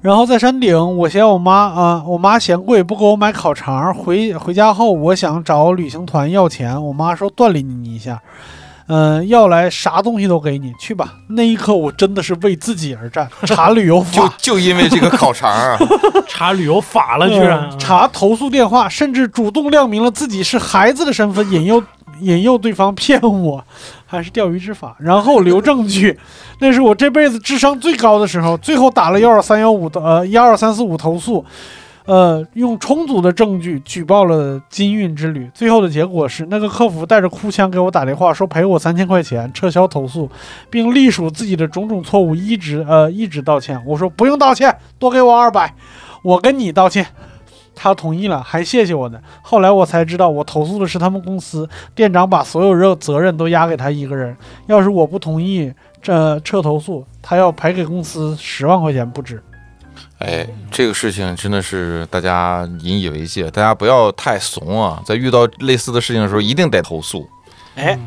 D: 然后在山顶，我嫌我妈啊、我妈嫌贵，不给我买烤肠。回回家后，我想找旅行团要钱，我妈说锻炼你一下，嗯、要来啥东西都给你，去吧。那一刻，我真的是为自己而战，查旅游法
E: 就就因为这个烤 肠啊，
G: 查旅游法了，居然
D: 嗯查投诉电话，甚至主动亮明了自己是孩子的身份，引诱 引诱对方骗我，还是钓鱼执法，然后留证据。那是我这辈子智商最高的时候，最后打了幺二三幺五的呃幺二三四五投诉。呃，用充足的证据举报了金运之旅。最后的结果是，那个客服带着哭腔给我打电话，说赔我三千块钱，撤销投诉，并隶属自己的种种错误，一直呃一直道歉。我说不用道歉，多给我二百，我跟你道歉。他同意了，还谢谢我呢。后来我才知道，我投诉的是他们公司店长把所有任责任都压给他一个人。要是我不同意这撤投诉，他要赔给公司十万块钱不止。
E: 哎，这个事情真的是大家引以为戒，大家不要太怂啊！在遇到类似的事情的时候，一定得投诉。
G: 嗯
D: 哎，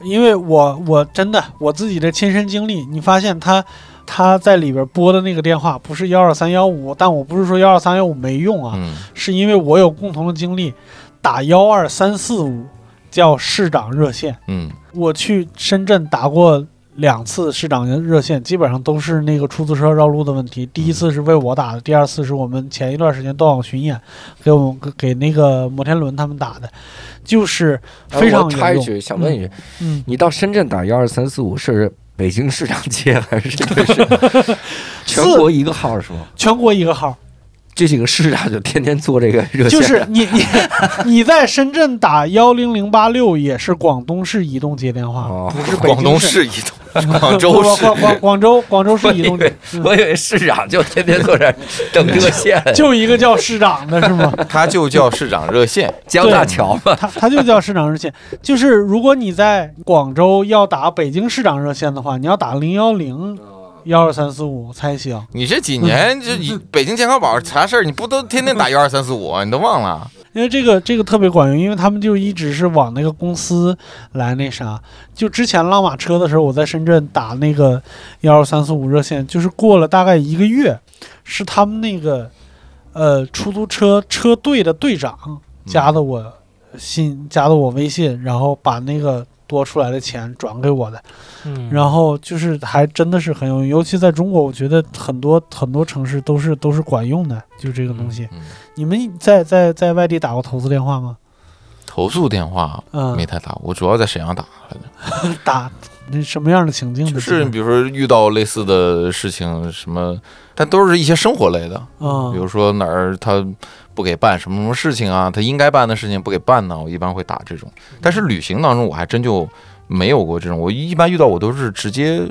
D: 因为我我真的我自己的亲身经历，你发现他他在里边拨的那个电话不是幺二三幺五，但我不是说幺二三幺五没用啊，
E: 嗯，
D: 是因为我有共同的经历，打幺二三四五叫市长热线，
E: 嗯，
D: 我去深圳打过。两次市长热线基本上都是那个出租车绕路的问题。第一次是为我打的，第二次是我们前一段时间断网巡演，给我们给那个摩天轮他们打的，就是
A: 哎
D: 非常
A: 我
D: 有
A: 插一
D: 用。
A: 句，想问一句，
D: 嗯，
A: 你到深圳打幺二三四五是北京市长接还是 这个是全
D: 四
A: 国一个号是吗？
D: 全国一个号，
A: 这几个市长就天天做这个热线，
D: 就是你你你在深圳打幺零零八六也是广东市移动接电话，
A: 哦，
D: 不是北京
E: 广东市移动，广州
D: 不
E: 市
D: 广广广州广州市 移动接，嗯
A: 我以为市长就天天坐这儿等热线，
D: 就一个叫市长的是吗？
E: 它就叫市长热线。
A: 江大桥嘛，
D: 他他就叫市长热线，就是如果你在广州要打北京市长热线的话，你要打零幺零幺二三四五才行。
E: 你这
A: 嗯
E: 几年这你北京健康宝啥事儿，你不都天天打幺二三四五，啊你都忘了？
D: 因为这个这个特别管用，因为他们就一直是往那个公司来那啥。就之前拉马车的时候，我在深圳打那个幺二三四五热线，就是过了大概一个月，是他们那个呃出租车车队的队长
E: 嗯
D: 加的我信，加的我微信，然后把那个多出来的钱转给我的。
G: 嗯
D: 然后就是还真的是很有用，尤其在中国，我觉得很多很多城市都是都是管用的，就这个东西。
E: 嗯嗯
D: 你们在在在外地打过投资电话吗？
E: 投诉电话没
D: 嗯，
E: 太打，我主要在沈阳打。
D: 打那什么样的情境的？
E: 就是比如说遇到类似的事情，什么，但都是一些生活类的，
D: 嗯，
E: 比如说哪儿他不给办什么什么事情啊，他应该办的事情不给办呢，我一般会打这种。
D: 嗯
E: 但是旅行当中我还真就没有过这种，我一般遇到我都是直接，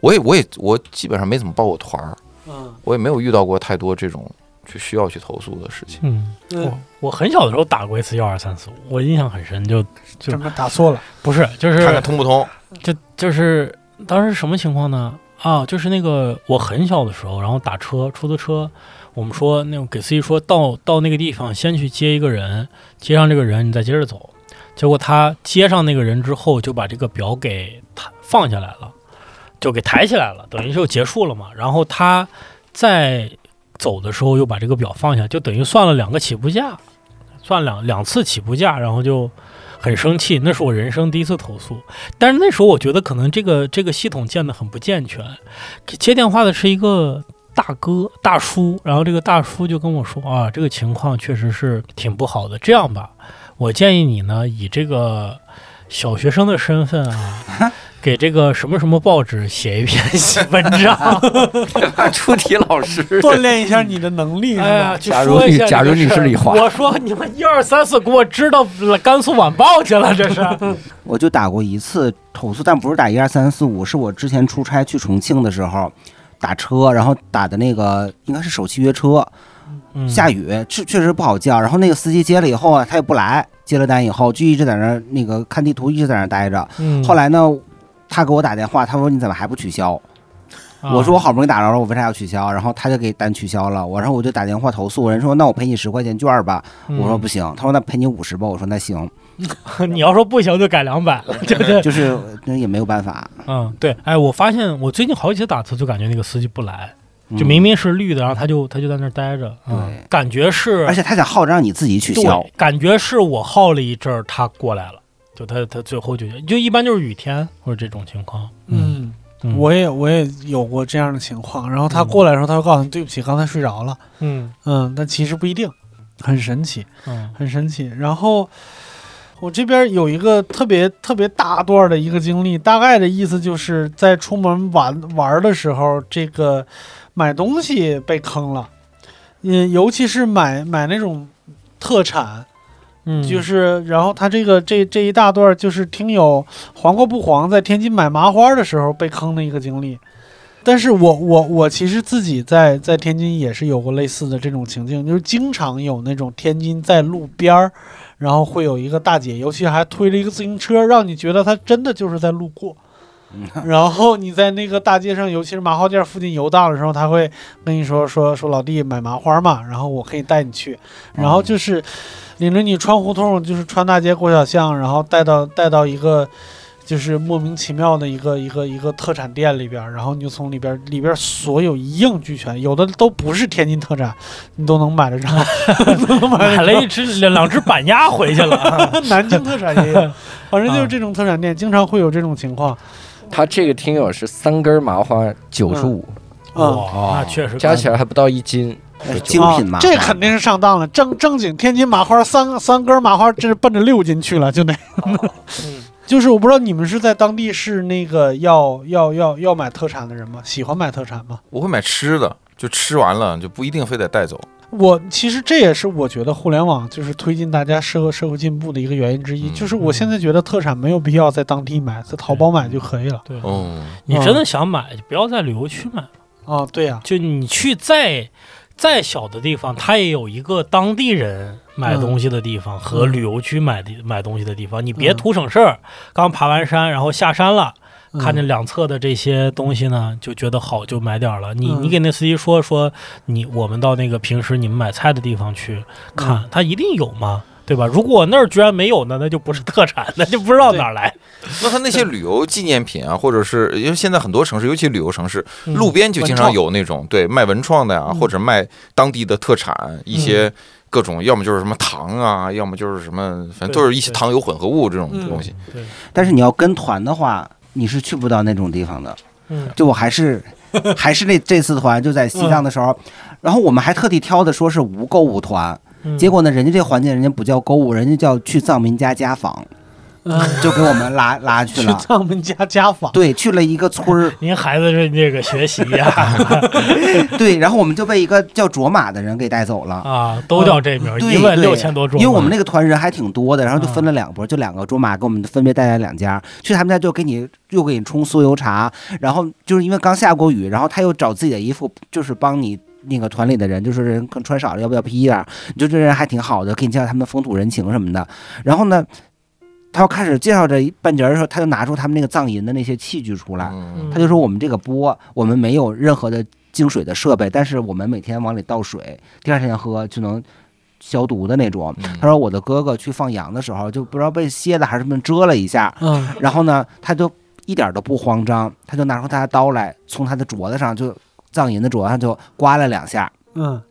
E: 我也我也我基本上没怎么报过团儿，
D: 嗯，
E: 我也没有遇到过太多这种去需要去投诉的事情。
G: 嗯，
D: 那
G: 我很小的时候打过一次幺二三四五，我印象很深，就
D: 怎么打错 了？
G: 不是就
E: 看看
G: 是
E: 通不通，
G: 就就是当时什么情况呢？啊，就是那个我很小的时候，然后打车出租车，我们说那种给司机说到到那个地方先去接一个人，接上这个人你再接着走。结果他接上那个人之后，就把这个表给抬放下来了，就给抬起来了，等于就结束了嘛。然后他在走的时候又把这个表放下，就等于算了两个起步价，算两两次起步价，然后就很生气。那是我人生第一次投诉，但是那时候我觉得可能这个这个系统建得很不健全，给接电话的是一个。大哥，大叔，然后这个大叔就跟我说啊，这个情况确实是挺不好的。这样吧，我建议你呢，以这个小学生的身份啊，给这个什么什么报纸写一篇文章，
A: 出题老师。
D: 锻炼一下你的能力是
G: 哎呀，
D: 吧？
G: 去
A: 假如
G: 说一
A: 你
G: 下
A: 假如
G: 这个
A: 你是
G: 事儿
A: 李华
G: 我说你们一二三四给我知道甘肃晚报去了，这是。
H: 我就打过一次投诉，但不是打一二三四五，是我之前出差去重庆的时候打车，然后打的那个应该是首汽约车，
G: 嗯
H: 下雨确确实不好叫。然后那个司机接了以后啊，他也不来，接了单以后就一直在那儿那个看地图，一直在那儿待着。
G: 嗯
H: 后来呢，他给我打电话，他说你怎么还不取消？
G: 啊
H: 我说我好不容易打着了，我为啥要取消？然后他就给单取消了，我然后我就打电话投诉，人说那我赔你十块钱券儿吧，我说不行，他说那赔你五十吧，我说那行，
G: 嗯 你要说不行就改两百了，对不对？
H: 就是那也没有办法，
G: 嗯，对。哎，我发现我最近好几次打车就感觉那个司机不来，
H: 嗯
G: 就明明是绿的，然后他就他就在那儿待着，嗯
H: 对，
G: 感觉是
H: 而且他想耗着让你自己取消
G: 对，，感觉是我耗了一阵儿，他过来了，就他他最后就就一般就是雨天或者这种情况，
D: 嗯，
G: 嗯
D: 我也我也有过这样的情况。然后
E: 嗯
D: 他过来的时候，他会告诉你对不起，刚才睡着了。
G: 嗯
D: 嗯，但其实不一定，很神奇。
G: 嗯
D: 很神奇。然后我这边有一个特别特别大段的一个经历，大概的意思就是在出门玩玩的时候，这个买东西被坑了，嗯，尤其是买买那种特产，
G: 嗯，
D: 就是然后他这个这这一大段就是听友黄瓜不黄在天津买麻花的时候被坑的一个经历。但是我我我其实自己在在天津也是有过类似的这种情境，就是经常有那种天津在路边儿，然后会有一个大姐，尤其还推了一个自行车，让你觉得她真的就是在路过。然后你在那个大街上，尤其是麻花店附近游荡的时候，她会跟你说说说老弟买麻花嘛，然后我可以带你去，然后就是领着你穿胡同，就是穿大街过小巷，然后带到带到一个就是莫名其妙的一个一个一个特产店里边儿，然后你就从里边儿里边儿所有一应俱全，有的都不是天津特产，你都能买得着，都能买
G: 买
D: 得
G: 了
D: 着
G: 一。只两两只板鸭回去了。
D: 南京特产也有，反正就是这种特产
G: 嗯
D: 店经常会有这种情况。
A: 他这个听友是三根麻花九十五，
D: 嗯，
G: 哇，那确实
A: 加起来还不到一斤，
H: 精品嘛，
D: 啊这肯定是上当了。正正经天津麻花三三根麻花，这是奔着六斤去了，就那。
G: 哦嗯
D: 就是我不知道你们是在当地是那个要要要要买特产的人吗？喜欢买特产吗？
E: 我会买吃的，就吃完了就不一定非得带走。
D: 我其实这也是我觉得互联网就是推进大家社会社会进步的一个原因之一，
E: 嗯
D: 就是我现在觉得特产没有必要在当地买，在淘宝买就可以了。
G: 对，
E: 哦，
G: 你真的想买，就不要在旅游区买。
D: 啊，对呀、
G: 就你去再再小的地方，它也有一个当地人买东西的地方
H: 嗯
G: 和旅游区买的买东西的地方。你别
D: 嗯
G: 图省事儿，刚爬完山，然后下山了，
D: 嗯
G: 看见两侧的这些东西呢，就觉得好，就买点儿了。你
D: 嗯
G: 你给那司机说说，你我们到那个平时你们买菜的地方去
H: 嗯
G: 看，它一定有吗？对吧？如果那儿居然没有呢，那就不是特 产，那就不知道哪儿来。
E: 那他那些旅游纪念品啊，或者是因为现在很多城市，尤其旅游城市，
G: 嗯
E: 路边就经常有那种对卖文创的呀、
D: 嗯
E: 或者卖当地的特产一些各种，要么就是什么糖啊，要么就是什么，反正
G: 对
E: 都是一些糖油混合物这种
D: 嗯
E: 东西。
G: 对，
H: 但是你要跟团的话，你是去不到那种地方的。
G: 嗯
H: 就我 还是还是那这次团就在西藏的时候，然后我们还特地挑的说是无购物团，
G: 嗯
H: 结果呢，人家这环节人家不叫购物，人家叫去藏民家家访，
G: 嗯
H: 就给我们拉拉去
D: 去
H: 了。
D: 藏民家家访。
H: 对，去了一个村儿，
G: 您孩子是那个学习 呀、
H: 对，然后我们就被一个叫卓玛的人给带走了。
G: 啊，都叫这名儿，
H: 对
G: 一问
H: 对
G: 六千多种。
H: 因为我们那个团人还挺多的，然后就分了两拨，就两个卓玛给我们分别带来两家，去他们家就给你又给你冲酥油茶，然后就是因为刚下过雨，然后他又找自己的衣服，就是帮你。那个团里的人就说人可能穿少了，要不要披一点儿？你就这人还挺好的，给你介绍他们风土人情什么的。然后呢，他要开始介绍这一半截儿的时候，他就拿出他们那个藏银的那些器具出来，
E: 嗯
H: 他就说我们这个钵，我们没有任何的净水的设备，但是我们每天往里倒水，第二天喝就能消毒的那种。
E: 嗯
H: 他说我的哥哥去放羊的时候，就不知道被蝎子还是什么蛰了一下，
D: 嗯，
H: 然后呢，他就一点都不慌张，他就拿出他的刀来，从他的镯子上就藏银的镯子上就刮了两下，
D: 嗯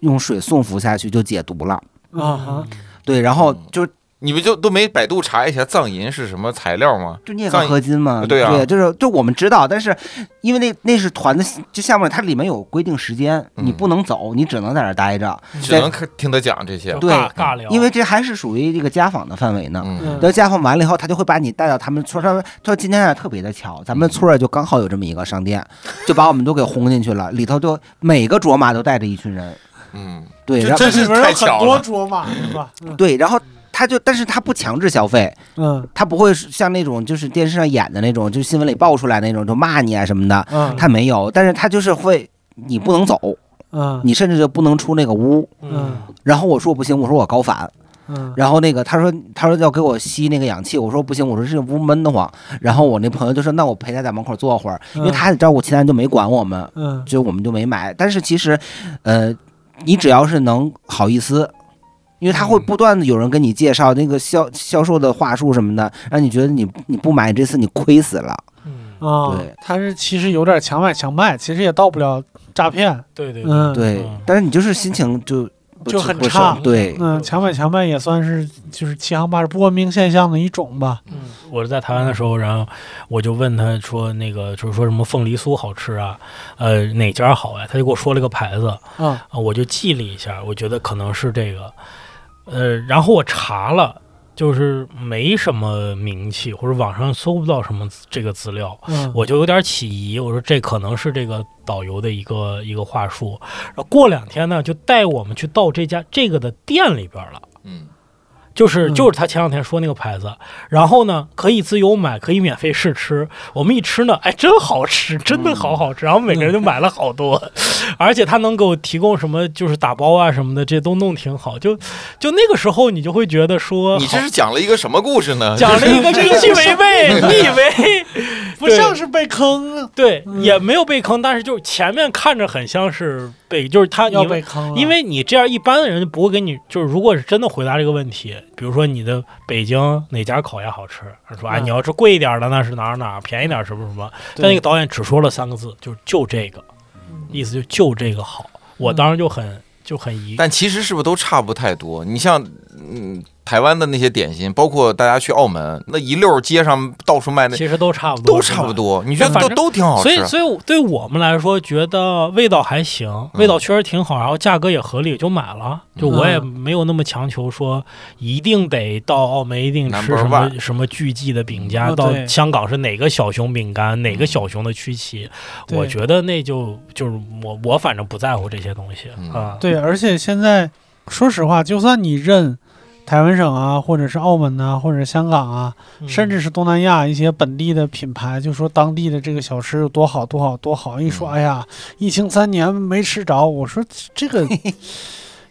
H: 用水送服下去就解毒了。
G: 嗯
D: 啊哈，
H: 对，然后就是
E: 你们就都没百度查一下藏银是什么材料吗？
H: 就镍
E: 藏
H: 和合金嘛，
E: 对啊
H: 就是就我们知道，但是因为那那是团的，就下面它里面有规定时间，
E: 嗯
H: 你不能走，你只能在那儿待着，
E: 只能看听他讲这些
G: 就。
H: 对
G: 尬尬聊，
H: 因为这还是属于这个家访的范围呢。
E: 嗯
D: 嗯
H: 等家访完了以后，他就会把你带到他们村儿。他说：“他说今天啊特别的巧，咱们村儿啊就刚好有这么一个商店，就把我们都给轰进去了。里头就每个卓玛都带着一群人，
E: 嗯，
H: 对，
E: 这
H: 然后
E: 真是
D: 里边有
E: 太
D: 很
E: 巧
D: 多
E: 了。
D: 卓玛是吧？嗯
H: 对，然后他就，但是他不强制消费，
D: 嗯
H: 他不会像那种就是电视上演的那种，就是新闻里爆出来那种，就骂你啊什么的，
D: 嗯
H: 他没有，但是他就是会，你不能走，
D: 嗯
H: 你甚至就不能出那个屋。
G: 嗯
H: 然后我说我不行，我说我高反，
D: 嗯
H: 然后那个他说他说要给我吸那个氧气，我说不行，我说这屋闷得慌。然后我那朋友就说那我陪他在门口坐会儿，因为他还得照顾其他人，就没管我们，
D: 嗯
H: 就我们就没买。但是其实，呃，你只要是能好意思，因为他会
E: 嗯
H: 不断的有人跟你介绍那个销销售的话术什么的，让你觉得你你不买这次你亏死了。
G: 嗯，
D: 啊
H: 对，
D: 他是其实有点强买强卖，其实也到不了诈骗。
G: 对对，
D: 嗯，
H: 对
G: 嗯，
H: 但是你就是心情就不
D: 就很
H: 不是
D: 差
H: 对，
D: 嗯，强买强卖也算是就是欺行霸市不文明现象的一种吧。
G: 我是在台湾的时候，然后我就问他说那个就是说什么凤梨酥好吃啊，呃哪家好呀、他就给我说了个牌子，
D: 啊，
G: 啊我就记了一下，我觉得可能是这个，呃，然后我查了。就是没什么名气，或者网上搜不到什么这个资料，
D: 嗯
G: 我就有点起疑，我说这可能是这个导游的一个一个话术。然后过两天呢，就带我们去到这家这个的店里边了。
E: 嗯，
G: 就是
D: 嗯
G: 就是他前两天说那个牌子，然后呢可以自由买，可以免费试吃。我们一吃呢，哎，真好吃，真的好好吃。然后每个人就买了好多，
D: 嗯
G: 而且他能给我提供什么就是打包啊什么的，这都弄挺好。就就那个时候你就会觉得说，
E: 你这
G: 好
E: 是讲了一个什么故事 呢？
G: 讲了一个
D: 这
G: 这
D: 个
G: 一去违 背，你以为
D: 不像是被坑，
G: 对
D: 嗯
G: 也没有被坑，但是就是前面看着很像是被，就是他
D: 要
G: 因为
D: 被坑啊了，
E: 嗯
G: 因为你这样一般的人不会给你，就是如果是真的回答这个问题，比如说你的北京哪家烤鸭好吃，他说啊、哎
D: 嗯
G: 你要是贵一点的那是哪儿哪儿，便宜点儿什么什么，但那个导演只说了三个字，就是就这个，
E: 嗯
G: 意思就就这个好，我当时就很就很疑，
E: 但其实是不是都差不太多？你像嗯，台湾的那些点心，包括大家去澳门那一溜儿街上到处卖那，
G: 其实都差不多，
E: 都
G: 是
E: 差
G: 吧
E: 不多。你觉得
G: 反
E: 都
G: 正
E: 都挺
A: 哦
E: 好吃
G: 所
E: 啊
G: 以，，所以我对我们来说，觉得味道还行，味
A: 嗯
G: 道确实挺好，然后价格也合理，就买了。就我也没有那么强求说一定得到澳门一定吃
E: Number
G: 什么
E: one
G: 什么巨记的饼家，
D: 哦
G: 到
D: 对嗯
G: 香港是哪个小熊饼干，哪个小熊的曲奇，
D: 对
G: 我觉得那就就是我我反正不在乎这些东西
E: 嗯
G: 啊。
D: 对，而且现在说实话，就算你认台湾省啊，或者是澳门呐、或者是香港啊，
G: 嗯
D: 甚至是东南亚一些本地的品牌，就说当地的这个小吃有多好多好多好，一说、
E: 嗯
D: 哎呀，疫情三年没吃着，我说这个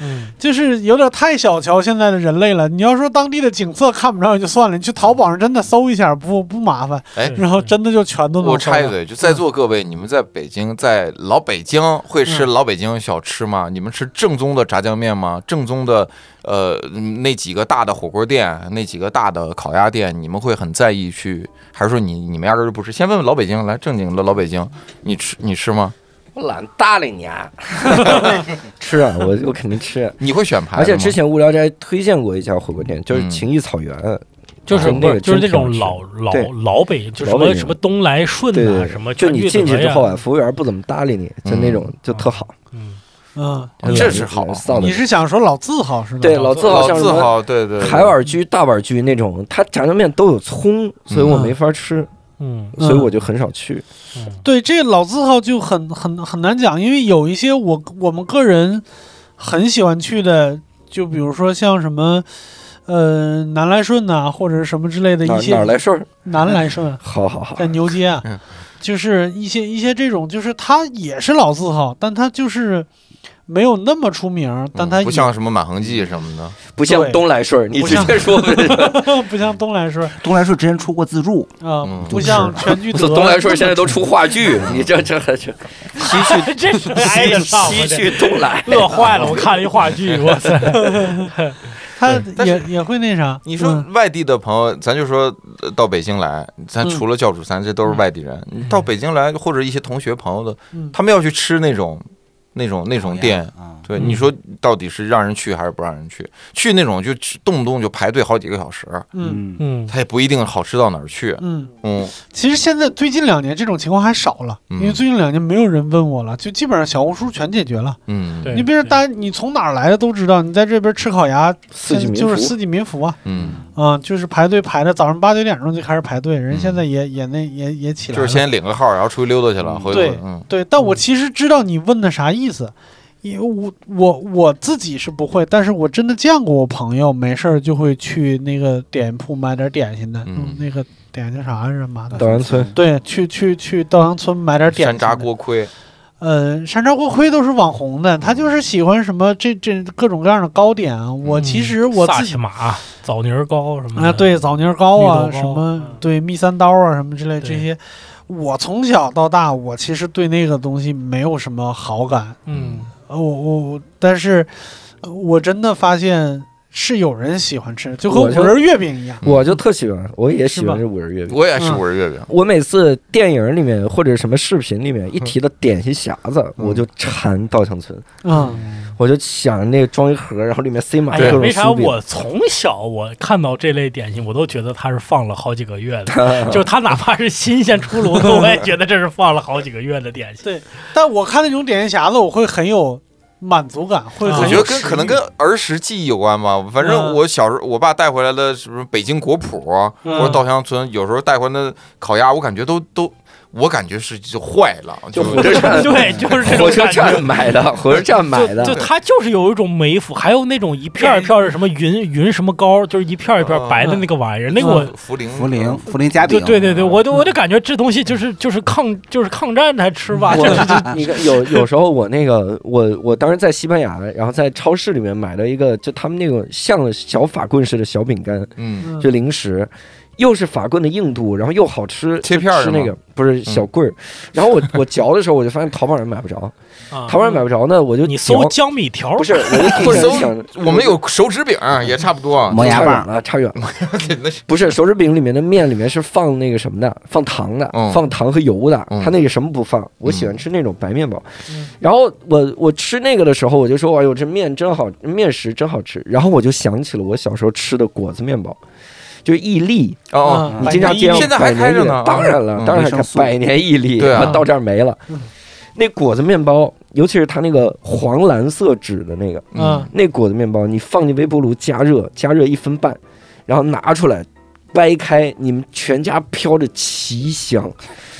G: 嗯
D: 就是有点太小瞧现在的人类了。你要说当地的景色看不着也就算了，你去淘宝上真的搜一下，不不麻烦，
E: 哎
D: 然后真的就全都能
E: 我
D: 搜
E: 插一
D: 到，
E: 嘴，就在座各位，你们在北京，在老北京会吃
G: 嗯
E: 老北京小吃吗？你们吃正宗的炸酱面吗？正宗的呃那几个大的火锅店，那几个大的烤鸭店，你们会很在意去，还是说你你们压根儿就不吃？先问问老北京，来正经的老北京，你吃你吃吗？
A: 我懒得搭理你 啊！吃啊，我我肯定吃。
E: 你会选牌
A: 而
E: 子吗？
A: 且之前无聊斋推荐过一家火锅店，就是
E: 嗯
A: 情谊草原，
G: 就是
A: 那个
G: 就是那
A: 真挺好
G: 种
A: 吃
G: 老老
A: 对
G: 老北，就什
A: 老北
G: 么
A: 京
G: 什么东来顺
A: 对对
G: 呐，
A: 对，
G: 什么
A: 就
G: 全
A: 你
G: 聚
A: 进去
G: 德
A: 之
G: 呀
A: 后啊，，服务员不怎么搭理你，就那种就特好。
G: 嗯，
D: 嗯，
E: 这是好
A: 臊的
D: 你。是想说老字号是吗？
A: 对老字号
E: 老
A: 像什
E: 字
A: 么
E: 号，对对，对
A: 海碗居、大碗居那种，它炸酱面都有葱，所以我
D: 嗯
A: 没法吃，
G: 嗯
A: 所以我就很少去。
G: 嗯
D: 对，这个老字号就很很很难讲，因为有一些我我们个人很喜欢去的，就比如说像什么。呃，南来顺呐、或者是什么之类的
A: 哪
D: 一
A: 儿
D: 些
A: 哪儿来事儿？
D: 南来顺，
A: 好好好
D: 在，牛街啊
E: 嗯，
D: 就是一些一些这种，就是它也是老字号，但它就是没有那么出名儿，但它
E: 嗯
D: 也
E: 不像什么满恒记什么的，
A: 不像东来顺儿，你
D: 不
A: 直
D: 像
A: 接说
D: 不像东来顺啊、
H: 东来顺之前出过自助，
E: 嗯
D: 不
E: 就是
D: 像全聚
A: 不
D: 德
A: 是。东来顺儿现在都出话剧，你这这这西去啊
G: 这是挨得上
A: 西
G: 吗？这
A: 去东来，
G: 乐坏了！我看了一话剧，哇塞！
D: 它
E: 嗯但
D: 也也会那啥。
E: 你说
D: 嗯
E: 外地的朋友，咱就说呃到北京来，咱除了教主，咱这都是外地人。你到北京来，或者一些同学朋友的，
D: 嗯
E: 他们要去吃那种、那种、那种店，
H: 啊，
E: 对，
G: 嗯
E: 你说到底是让人去还是不让人去？去那种就吃动不动就排队好几个小时，
D: 嗯
H: 嗯，
G: 嗯，
E: 他也不一定好吃到哪儿去。
D: 嗯，
E: 嗯，
D: 其实现在最近两年这种情况还少了，
E: 嗯
D: 因为最近两年没有人问我了，就基本上小红书全解决了。
E: 嗯，
G: 对
D: 你比如大家你从哪儿来的都知道，你在这边吃烤鸭，
A: 四季
D: 现在
A: 民
D: 就是
A: 福
D: 四季民福啊，
E: 嗯，
D: 啊，就是排队排的早上八九点钟就开始排队，人现在也也那也也起来
E: 就
D: 了。
E: 是先领个号，然后出去溜达去了，
H: 嗯
E: 回头
D: 对
E: 嗯
D: 对，但我其实知道你问的啥意思。因为我我我自己是不会，但是我真的见过我朋友没事儿就会去那个点铺买点点心的，
E: 嗯
D: 那个点心啥是嘛的，
A: 稻香村
D: 对，去去去稻香村买点点
E: 山
D: 心的
E: 楂锅盔，
D: 呃，山楂锅盔都是网红的，
E: 嗯
D: 他就是喜欢什么这这各种各样的糕点啊。我其实我
G: 嗯萨
D: 自
G: 琪
D: 己
G: 玛、啊枣泥糕什么的，
D: 啊，对枣泥糕啊，
G: 绿豆糕
D: 什么
G: 嗯
D: 对蜜三刀啊，什么之类
G: 对
D: 这些，我从小到大，我其实对那个东西没有什么好感。
G: 嗯，
D: 呃，我我我，但是呃我真的发现是有人喜欢吃，就和五
A: 我就
D: 仁月饼一样。
A: 我就特喜欢，我也喜
D: 是吧
A: 欢这五仁月饼。
E: 我也是
D: 嗯
E: 五仁月饼。
A: 我每次电影里面或者什么视频里面一
G: 嗯
A: 提到点心匣子，我就馋稻香村，
D: 嗯，
A: 我就想那个装一盒，然后里面塞满
G: 哎
A: 各
G: 呀，
A: 种
G: 为啥
A: 酥 饼。
G: 我从小我看到这类点心，我都觉得它是放了好几个月的， 就是它哪怕是新鲜出炉的，我也觉得这是放了好几个月的点心。
D: 对但我看那种点心匣子，我会很有满足感，会
G: 啊
E: 嗯我
D: 很
E: 觉
D: 有
E: 得
D: 食欲。
E: 跟可能跟儿时记忆有关吧。反正
D: 嗯
E: 我小时候，我爸带回来的什么北京果脯啊，
D: 嗯
E: 或者稻香村，有时候带回来的烤鸭，我感觉都都我感觉是就坏了，
A: 就
E: 就
A: 火车站，
G: 对，就是这种
A: 火车
G: 感觉
A: 站。买的，火车站买的
G: 就，就它就是有一种美腐，还有那种一片儿一片儿的什么云云什么膏，就是一片儿一片儿白的那个玩意 儿，那个
A: 嗯
G: 我。
E: 茯苓
H: 茯苓茯苓夹
G: 对
H: 饼，啊
G: 对对对，我都我就感觉这东西就是就是抗就是抗战才吃 吧，就是
A: 我你看有有时候我那个我我当时在西班牙，然后在超市里面买了一个，就他们那种像小法棍似的小饼干，
E: 嗯，
A: 就零食，又是法棍的硬度，然后又好吃，
E: 切
A: 就
E: 片儿
A: 吃
E: 是吗
A: 那个不是
G: 嗯
A: 小棍儿。然后我我嚼的时候，我就发现淘宝上买不着，
G: 啊
A: 淘宝上买不着呢，我就
G: 你搜
A: 嚼
G: 江米条儿
A: 不是，我就突然想，
E: 我们有手指饼也差不多，
G: 嗯
H: 磨牙
A: 差
H: 棒
A: 远，了，差远了。
E: 那是
A: 不是手指饼里面的面里面是放那个什么的，放糖的，
E: 嗯
A: 放糖和油的，
E: 嗯
A: 它那个什么不放。我喜欢
E: 嗯
A: 吃那种白面包，然后我我吃那个的时候，我就说，哎呦，这面真好，面食真好吃。然后我就想起了我小时候吃的果子面包，就是伊利，
E: 哦，
A: 你经常
G: 百年
A: 见
E: 现在
A: 百
E: 还
A: 年
E: 开着
A: 一粒
E: 呢
A: 当然了，
E: 嗯
A: 当然还
H: 啊维生
A: 开
H: 素
A: 百年一粒，
E: 对啊
A: 它到这儿没了
D: 嗯。
A: 那果子面包，尤其是它那个黄蓝色纸的那个，
G: 嗯，
A: 那果子面包，你放进微波炉加热，加热一分半，然后拿出来掰开，你们全家飘着奇香，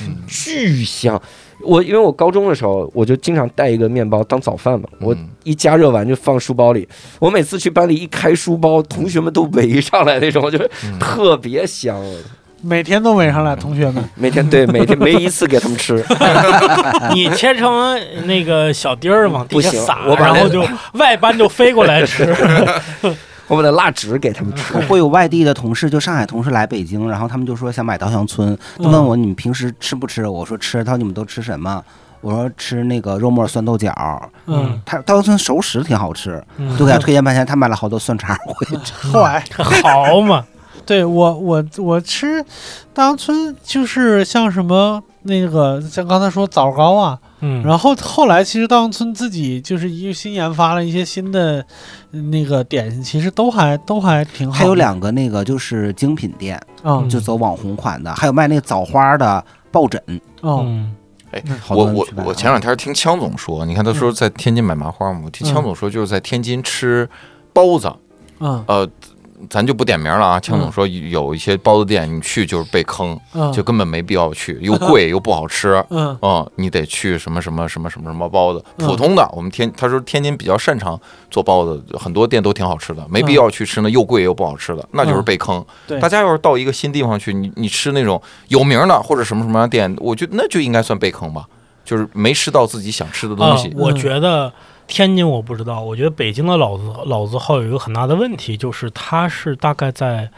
E: 嗯
A: 巨香。我因为我高中的时候，我就经常带一个面包当早饭嘛，我
E: 嗯
A: 一加热完就放书包里。我每次去班里一开书包，同学们都围上来那种，就是
E: 嗯
A: 特别香。我
D: 每天都围上来，同学们。
A: 每天 对每天没一次给他们吃，
G: 你切成那个小丁儿往地下
A: 不行
G: 撒，
A: 我把
G: 然
A: 那
G: 后就外班就飞过 来吃。
A: 我把那蜡纸给他 们吃。
H: 会有外地的同事，就上海同事来北京，然后他们就说想买稻香村，他
G: 嗯
H: 问我你们平时吃不吃？我说吃。他说你们都吃什么？我说吃那个肉末酸豆角。
D: 嗯，
H: 他稻香村熟食挺好吃，
G: 嗯
H: 就给他推荐半天，他买了好多蒜肠回去。
D: 后来
G: 好嘛，
D: 对我我我吃大杨村就是像什么那个像刚才说枣糕啊，
G: 嗯，
D: 然后后来其实大杨村自己就是又新研发了一些新的呃那个点心，其实都还都还
G: 嗯
D: 挺好的。
H: 还有两个那个就是精品店，
D: 啊
H: 就走网红款的，还有卖那个枣花的抱枕，
D: 哦
G: 嗯
H: 好
E: 我
H: 多人
E: 我
H: 去买啊。
E: 我前两天听枪总说，你看他
G: 嗯
E: 说在天津买麻花嘛，我听
D: 嗯
E: 枪总说就是在天津吃包子，
D: 嗯
E: 呃，咱就不点名了啊。枪
G: 嗯
E: 总说有一些包子店你去就是被坑，
D: 嗯
E: 就根本没必要去，又贵又不好吃。
D: 嗯
E: 嗯，你得去什么什么什么什么什么包子，
D: 嗯
E: 普通的。我们天他说天津比较擅长做包子，很多店都挺好吃的，
G: 嗯
E: 没必要去吃那又贵又不好吃的，那就是被坑。
D: 对
E: 大家要是到一个新地方去，你你吃那种有名的或者什么什么样的店，我觉得那就应该算被坑吧，就是没吃到自己想吃的
G: 啊
E: 东西。
G: 我
A: 嗯
G: 觉得天津我不知道，我觉得北京的老字老字号有一个很大的问题，就是它是大概在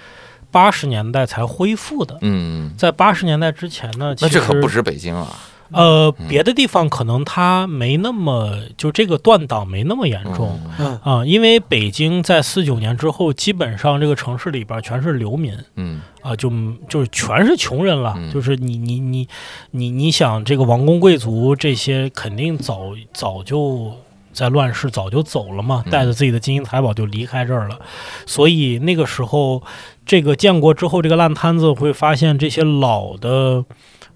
G: 八十年代才恢复的。
E: 嗯，
G: 在八十年代之前呢，其
E: 那
G: 实
E: 这可不止北京啊。
G: 呃
E: 嗯，
G: 别的地方可能它没那么就这个断档没那么严重
E: 嗯
D: 嗯
G: 啊、因为北京在四九年之后，基本上这个城市里边全是流民，
E: 嗯
G: 啊，就就是全是穷人了，
E: 嗯
G: 就是你你你你你想这个王公贵族这些肯定早早就在乱世早就走了嘛，
E: 嗯
G: 带着自己的金银财宝就离开这儿了，所以那个时候这个建国之后，这个烂摊子会发现这些老的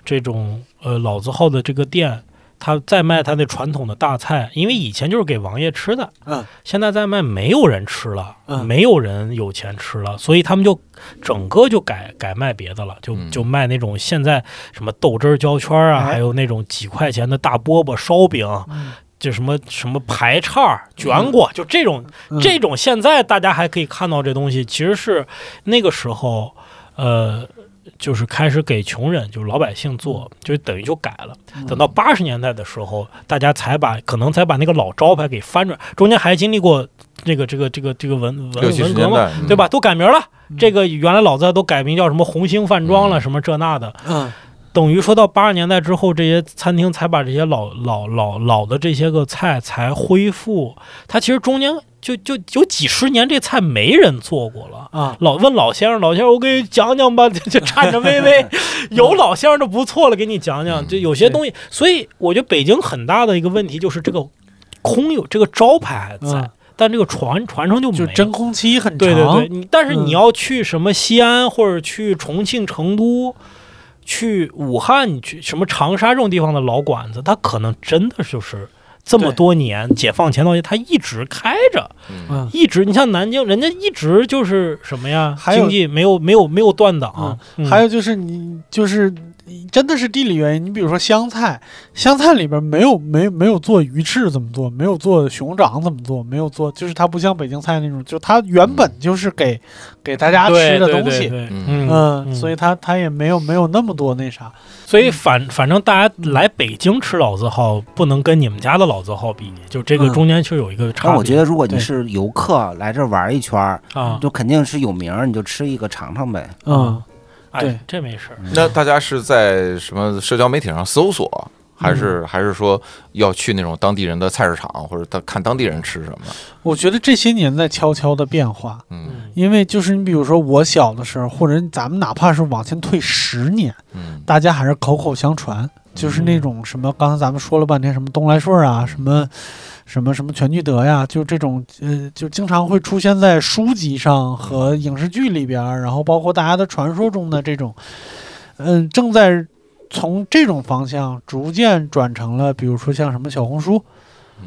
G: 这种呃老字号的这个店。他在卖他那传统的大菜，因为以前就是给王爷吃的，
D: 嗯，
G: 现在在卖没有人吃了，
D: 嗯
G: 没有人有钱吃了，所以他们就整个就改改卖别的了，就
E: 嗯
G: 就卖那种现在什么豆汁儿焦圈儿啊，
D: 哎
G: 还有那种几块钱的大饽饽、烧饼，
D: 嗯
G: 就什么什么排叉儿、卷果，就这种
D: 嗯
G: 这种现在大家还可以看到这东西，其实是那个时候，呃，就是开始给穷人，就是老百姓做，
D: 嗯
G: 就等于就改了。等到八十年代的时候，大家才把可能才把那个老招牌给翻转，中间还经历过这个这个这个这个文
E: 六
G: 文
E: 七十
G: 呃文革
E: 年
G: 嘛，
E: 代，嗯
G: 对吧？？都改名了
D: 嗯，
G: 这个原来老字号都改名叫什么红星饭庄了，什么这那的，
D: 嗯
G: 等于说到八十年代之后，这些餐厅才把这些老老老老的这些个菜才恢复。它其实中间就就有几十年这菜没人做过了。
D: 啊
G: 老问老先生，老先生，我给你讲讲吧，就颤颤巍巍，有老先生就不错了，给你讲讲。
E: 嗯
G: 就有些东西，所以我觉得北京很大的一个问题就是这个空有这个招牌还在，
D: 嗯
G: 但这个传传承就没
D: 就
G: 了。
D: 真空期很长，
G: 对对对，你但是
D: 嗯
G: 你要去什么西安或者去重庆、成都，去武汉、你去什么长沙这种地方的老馆子，它可能真的就是这么
D: 对
G: 多年解放前到现在，它一直开着，
E: 嗯
D: 嗯。
G: 一直你像南京，人家一直就是什么呀，
D: 还有
G: 经济没有没有没有断档，嗯
D: 还有就是你就是真的是地理原因。你比如说湘菜，湘菜里边没有没没有做鱼翅怎么做，没有做熊掌怎么做，没有做，就是它不像北京菜那种，就它原本就是给、给大家吃
G: 嗯对
D: 的
G: 对
D: 东
G: 对
D: 西。
G: 对
E: 嗯
G: 嗯
D: 嗯，
G: 嗯
D: 所以它它也没有没有那么多那啥，
G: 所以反反正大家来北京吃老字号，不能跟你们家的老字号比，就这个
H: 嗯
G: 中间就有一个差
H: 但
G: 别。
H: 我觉得，如果你
D: 对
H: 是游客来这儿玩一圈儿，
G: 啊，
H: 就肯定是有名儿，你就吃一个尝尝呗。
D: 嗯，对
G: 哎，这没事儿。
E: 那大家是在什么社交媒体上搜索，
G: 嗯
E: 还是还是说要去那种当地人的菜市场，或者他看当地人吃什么？
D: 我觉得这些年在悄悄的变化，
E: 嗯
G: 嗯
D: 因为就是你比如说我小的时候，或者咱们哪怕是往前退十年，
E: 嗯
D: 大家还是口口相传，就是那种什么刚才咱们说了半天什么东来顺啊，什么什么什么全聚德呀，就这种呃，就经常会出现在书籍上和影视剧里边儿，然后包括大家的传说中的这种，嗯、正在从这种方向逐渐转成了，比如说像什么小红书，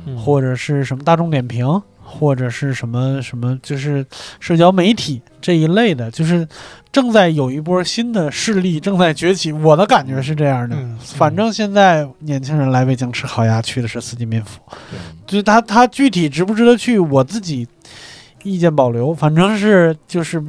G: 嗯
D: 或者是什么大众点评，或者是什么什么，就是社交媒体这一类的，就是正在有一波新的势力正在崛起。我的感觉是这样的，
G: 嗯
D: 反正现在年轻人来北京吃烤鸭去的是四季民福，
E: 对
D: 就是他他具体值不值得去，我自己意见保留。反正是就是。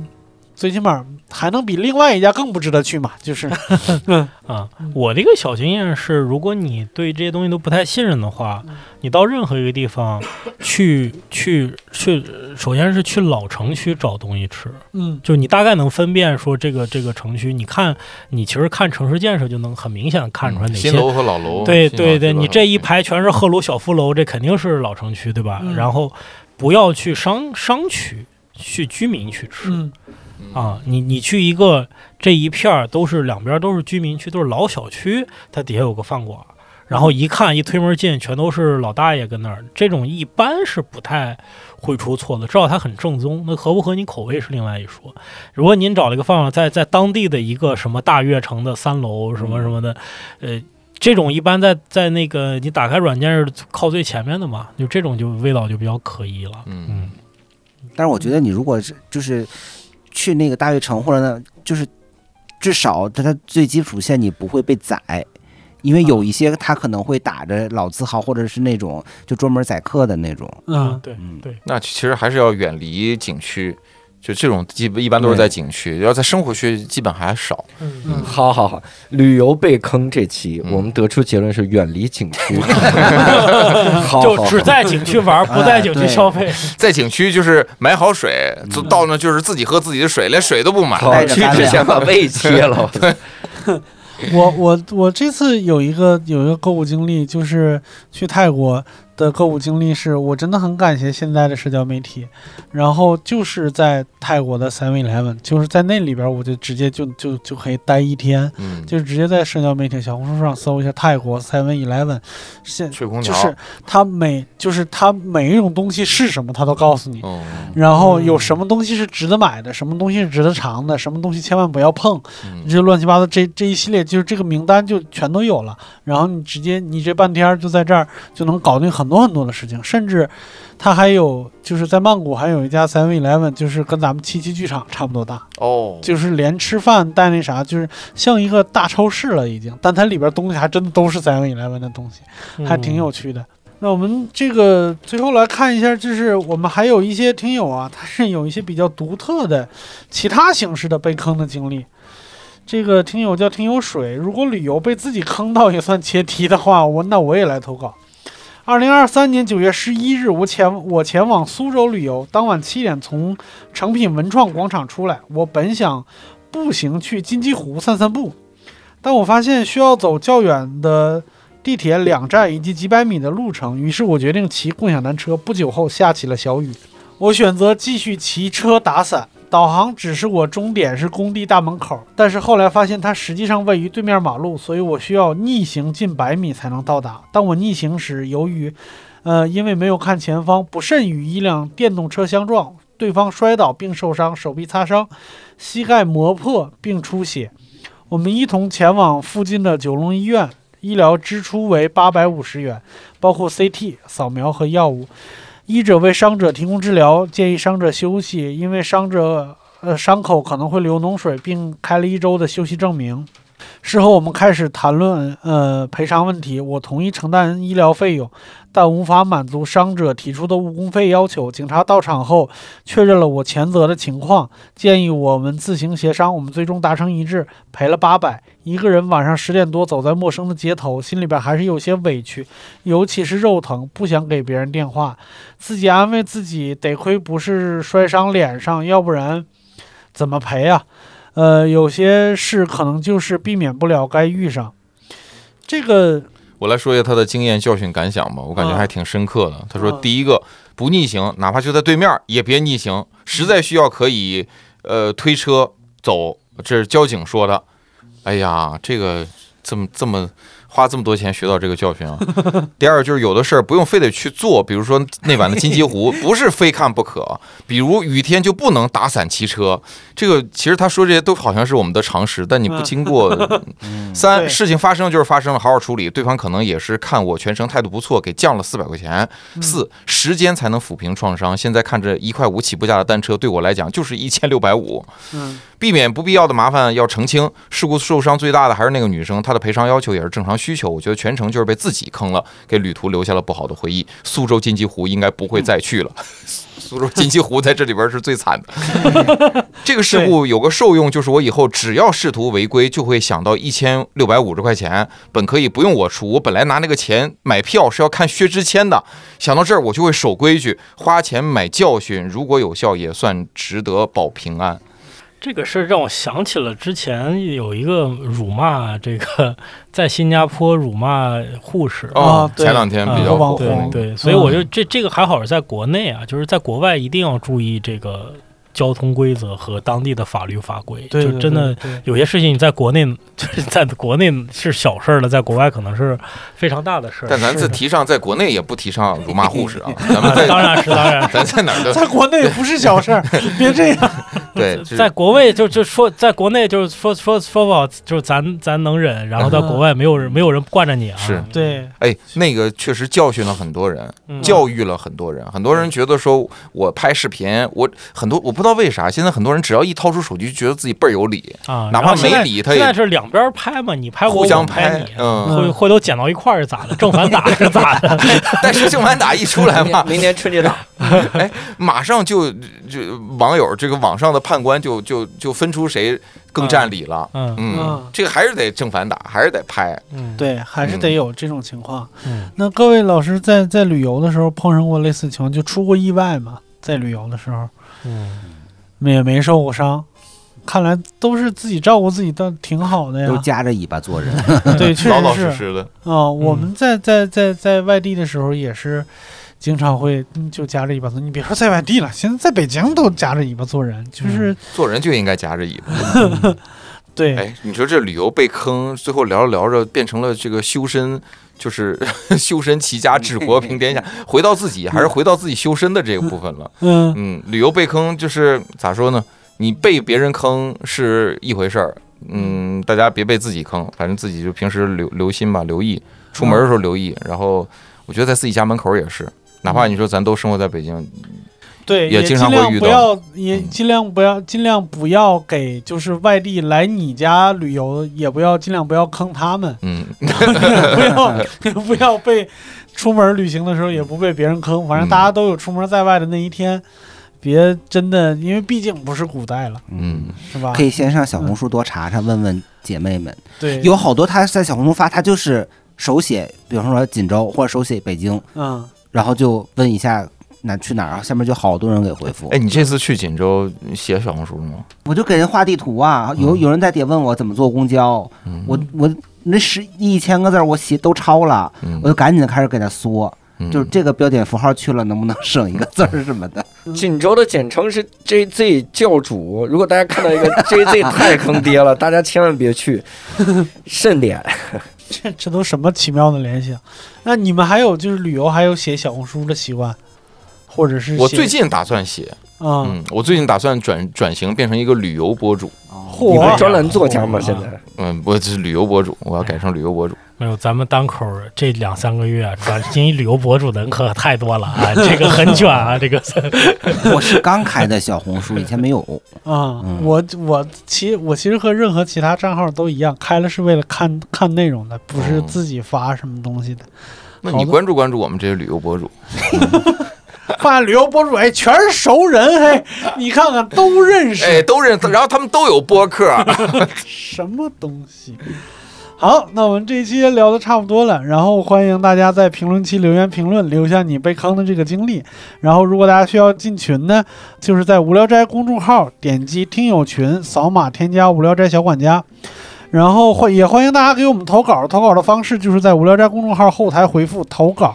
D: 最起码还能比另外一家更不值得去嘛， 就是，
G: 啊，
D: 嗯
G: 我的一个小经验是，如果你对这些东西都不太信任的话，
D: 嗯
G: 你到任何一个地方去去去，首先是去老城区找东西吃，
D: 嗯
G: 就你大概能分辨说这个这个城区，你看你其实看城市建设就能很明显看出来哪些
E: 嗯新楼和老楼，
G: 对
E: 新老
G: 对对，
E: 旧楼
G: 你这一排全是鹤楼、小福楼，这肯定是老城区，对吧？
D: 嗯
G: 然后不要去商商区、去居民区吃、
D: 嗯
G: 啊！你你去一个这一片儿都是两边儿都是居民区，都是老小区，它底下有个饭馆，然后一看一推门进，全都是老大爷跟那儿，这种一般是不太会出错的，至少它很正宗。那合不合你口味是另外一说。如果您找了一个饭馆，在在当地的一个什么大悦城的三楼什么什么的，呃，这种一般在在那个你打开软件是靠最前面的嘛，就这种就味道就比较可疑了。
E: 嗯
G: 嗯
H: 但是我觉得你如果是就是去那个大悦城或者呢，就是至少它它最基础线你不会被宰，因为
D: 嗯
H: 有一些它可能会打着老字号或者是那种就专门宰客的那种。
D: 嗯，
G: 啊对
H: 嗯，
E: 那其实还是要远离景区。就这种基本一般都是在景区，要在生活区基本还少。
G: 嗯
A: 好好好，旅游被坑这期，
E: 嗯
A: 我们得出结论是远离景 区，
D: 哦
A: 好
G: 就只在景区玩，不在景
D: 哎
G: 区消费。
E: 在景区就是买好水，
G: 嗯
E: 走到那就是自己喝自己的水，连水都不买。
A: 好好去之前把胃切了，我操
D: 我我我这次有一个有一个购物经历，就是去泰国的购物经历是，我真的很感谢现在的社交媒体。然后就是在泰国的 Seven Eleven，就是在那里边，我就直接就就就可以待一天，
E: 嗯，
D: 就直接在社交媒体小红书上搜一下泰国 Seven Eleven，现
E: 吹空
D: 就
E: 调。
D: 是它每就是它每一种东西是什么，它都告诉你。
E: 哦，
D: 然后有什么东西是值得买的，什么东西是值得尝的，什么东西千万不要碰。
E: 嗯
D: 这乱七八糟这这一系列就是这个名单就全都有了，然后你直接你这半天儿就在这儿就能搞定很多很多的事情，甚至它还有就是在曼谷还有一家 Seven Eleven，就是跟咱们七七剧场差不多大，
E: 哦，
D: 就是连吃饭带那啥，就是像一个大超市了已经，但它里边东西还真的都是 Seven Eleven 的东西。
G: 嗯
D: 还挺有趣的。那我们这个最后来看一下，就是我们还有一些听友啊，他是有一些比较独特的其他形式的被坑的经历。这个听友叫听友水，如果旅游被自己坑到也算切题的话，我那我也来投稿。二零二三年九月十一日，我前我前往苏州旅游，当晚七点从诚品文创广场出来，我本想步行去金鸡湖散散步，但我发现需要走较远的地铁两站以及几百米的路程，于是我决定骑共享单车。不久后下起了小雨，我选择继续骑车打伞。导航指示我终点是工地大门口，但是后来发现它实际上位于对面马路，所以我需要逆行近百米才能到达。当我逆行时，由于，呃，因为没有看前方，不慎与一辆电动车相撞，对方摔倒并受伤，手臂擦伤，膝盖磨破并出血。我们一同前往附近的九龙医院，医疗支出为八百五十元，包括 CT 扫描和药物。医者为伤者提供治疗，建议伤者休息，因为伤者呃伤口可能会流脓水，并开了一周的休息证明。事后我们开始谈论呃赔偿问题，我同意承担医疗费用，但无法满足伤者提出的误工费要求。警察到场后确认了我全责的情况，建议我们自行协商。我们最终达成一致，赔了八百。一个人晚上十点多走在陌生的街头，心里边还是有些委屈，尤其是肉疼，不想给别人电话，自己安慰自己，得亏不是摔伤脸上，要不然怎么赔啊？呃，有些事可能就是避免不了该遇上。这个
E: 我来说一下他的经验教训感想吧，我感觉
D: 嗯
E: 还挺深刻的。他说，
D: 嗯
E: 第一个不逆行，哪怕就在对面儿也别逆行，实在需要可以呃推车走，这是交警说的。哎呀，这个这么这么花这么多钱学到这个教训啊。 第二就是有的事儿不用非得去做，比如说那晚的金鸡 湖不是非看不可，比如雨天就不能打伞骑车。这个其实他说这些都好像是我们的常识，但你不
D: 嗯
E: 经过 三
D: 对
E: 事情发生就是发生了，好好处理。对方可能也是看我全程态度不错，给降了四百块钱。
D: 嗯
E: 四时间才能抚平创伤。现在看着一块五起步价的单车，对我来讲就是一千六百五。
D: 嗯
E: 避免不必要的麻烦要澄清。事故受伤最大的还是那个女生，她的赔偿要求也是正常需求。我觉得全程就是被自己坑了，给旅途留下了不好的回忆。苏州金鸡湖应该不会再去了。 苏州金鸡湖在这里边是最惨的。这个事故有个受用，就是我以后只要试图违规，就会想到一千六百五十块钱，本可以不用我出，我本来拿那个钱买票是要看薛之谦的。想到这儿，我就会守规矩，花钱买教训，如果有效，也算值得保平安。
G: 这个事儿让我想起了之前有一个辱骂，这个 在新加坡辱骂护士。
E: 哦
D: 啊，对
E: 前两天比较
D: 网
E: 火
D: 红嗯
G: 对
E: 红，
G: 对，所以我就这这个还好是在国内啊，就是在国外一定要注意这个交通规则和当地的法律法规，
D: 对
G: 就真的。
D: 对对
G: 有些事情你在国内 就是在国内是小事儿了，在国外可能是非常大的事儿。
E: 但咱
D: 是
E: 这
D: 的
E: 提倡在国内也不提倡辱骂护士啊，咱们
G: 啊
E: 在，
G: 当然是当然
E: 咱在哪儿都
D: 在国内不是小事 儿，别这样。
E: 对，就是
G: 在国外就就说，在国内就是说说说不好，就是咱咱能忍，然后到国外没有人没有人惯着你啊。
E: 嗯是
D: 对，
E: 哎，那个确实教训了很多人，
G: 嗯
E: 教育了很多人。很多人觉得说我拍视频，我很多我不知道为啥，现在很多人只要一掏出手机，就觉得自己倍儿有理，
G: 啊，
E: 哪
G: 然后
E: 怕
G: 现在
E: 没理他
G: 现在
E: 也
G: 是两边拍嘛，你拍我，
E: 互相
G: 我拍
E: 拍
G: 你，，啊
E: 嗯。
G: 会会都剪到一块儿是咋的？正反打是咋的？
E: 但是正反打一出来嘛，哎
A: 明年春 节档，
E: 马上就就网友这个网上的判官就就就分出谁更占理了。
G: 嗯
E: 嗯
D: 嗯，
E: 这个还是得正反打，还是得拍。
G: 嗯，
D: 对，还是得有这种情况。
G: 嗯
D: 那各位老师在在旅游的时候碰上过类似情况，就出过意外吗？在旅游的时候
G: 嗯，
D: 也没受过伤，看来都是自己照顾自己的挺好的
H: 都
D: 呀。
H: 夹着尾巴做人。
D: 啊 对，啊确
E: 老老
D: 实
E: 实嗯
D: 是
E: 实的，
D: 啊、我们在在在在外地的时候也是。经常会嗯就夹着尾巴做，你别说在外地了，现在在北京都夹着尾巴做人，就是、
E: 做人就应该夹着尾巴。
D: 对、
E: 嗯哎，你说这旅游被坑，最后聊着聊着变成了这个修身，就是 修身齐家治国平 天下，回到自己还是回到自己修身的这个部分了。
D: 嗯，
E: 嗯，旅游被坑就是咋说呢？你被别人坑是一回事儿，嗯，大家别被自己坑，反正自己就平时留留心吧，留意，出门的时候留意。然后我觉得在自己家门口也是，哪怕你说咱都生活在北京，
D: 对，
E: 也
D: 也
E: 经常
D: 尽
E: 会
D: 量
E: 遇
D: 不
E: 到
D: 要，也
E: 嗯，
D: 尽量不要，尽量不要给就是外地来你家旅游，也不要尽量不要坑他们
E: 嗯，
D: 不要 不要被出门旅行的时候也不被别人坑，反正
E: 嗯
D: 大家都有出门在外的那一天，别真的，因为毕竟不是古代了，
E: 嗯，
D: 是吧
H: 可？以先上小红书多查查，问问姐妹们，
D: 嗯对，
H: 有好多她在小红书发，她就是手写，比方说锦州或者手写北京，
D: 嗯，
H: 然后就问一下哪去哪儿，啊然后下面就好多人给回复
E: 哎，。你这次去锦州写小红书了吗？
H: 我就给人画地图啊，有有人在底下问我怎么坐公交，
E: 嗯
H: 我我那十一千个字儿我写都抄了，
E: 嗯
H: 我就赶紧开始给他缩，
E: 嗯
H: 就是这个标点符号去了能不能省一个字儿什么的。
A: 锦州的简称是 JZ 教主。如果大家看到一个 JZ 太坑爹了，大家千万别 去，慎点。
D: 这这都什么奇妙的联想？那你们还有就是旅游还有写小红书的习惯，或者是
E: 我
D: 写
E: 最近打算写，嗯
D: 啊，
E: 嗯，我最近打算转转型变成一个旅游博主，
D: 嚯
A: 你不是专栏作家吗？现在
E: 嗯，我这是旅游博主，我要改成旅游博主。
G: 没有，咱们当口儿这两三个月啊转型旅游博主的人可太多了啊，这个很卷啊，这个
H: 我是刚开的小红书，以前没有。
D: 啊、
H: 嗯
D: 我我其我其实和任何其他账号都一样，开了是为了看看内容的，不是
E: 嗯
D: 自己发什么东西的。
E: 那
D: 好
E: 你
D: 的
E: 关注关注我们这些旅游博主，
D: 发现旅游博主哎，全是熟人嘿，你看看都认识，
E: 哎，都认，然后他们都有播客，
D: 什么东西？ 好，那我们这一期聊的差不多了，然后欢迎大家在评论区留言评论，留下你被坑的这个经历。然后，如果大家需要进群呢，就是在无聊斋公众号点击听友群，扫码添加无聊斋小管家。然后欢也欢迎大家给我们投稿，投稿的方式就是在无聊斋公众号后台回复投稿，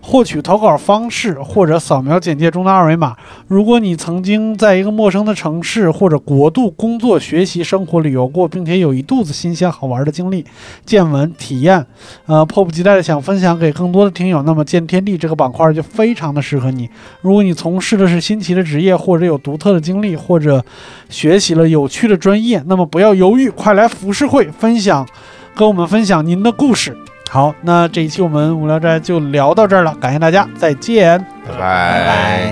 D: 获取投稿方式或者扫描简介中的二维码。如果你曾经在一个陌生的城市或者国度工作、学习、生活、旅游过，并且有一肚子新鲜好玩的经历、见闻、体验，呃，迫不及待的想分享给更多的听友，那么“见天地”这个板块就非常的适合你。如果你从事的是新奇的职业，或者有独特的经历，或者学习了有趣的专业，那么不要犹豫，快来浮世会分享，跟我们分享您的故事。好，那这一期我们无聊斋就聊到这儿了，感谢大家，再见。
E: 拜拜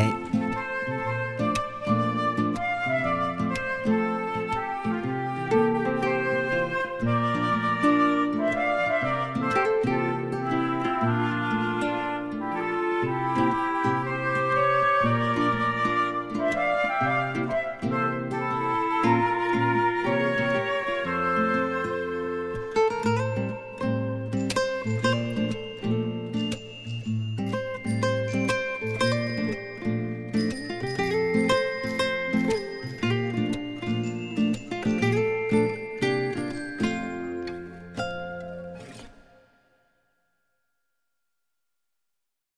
H: 拜。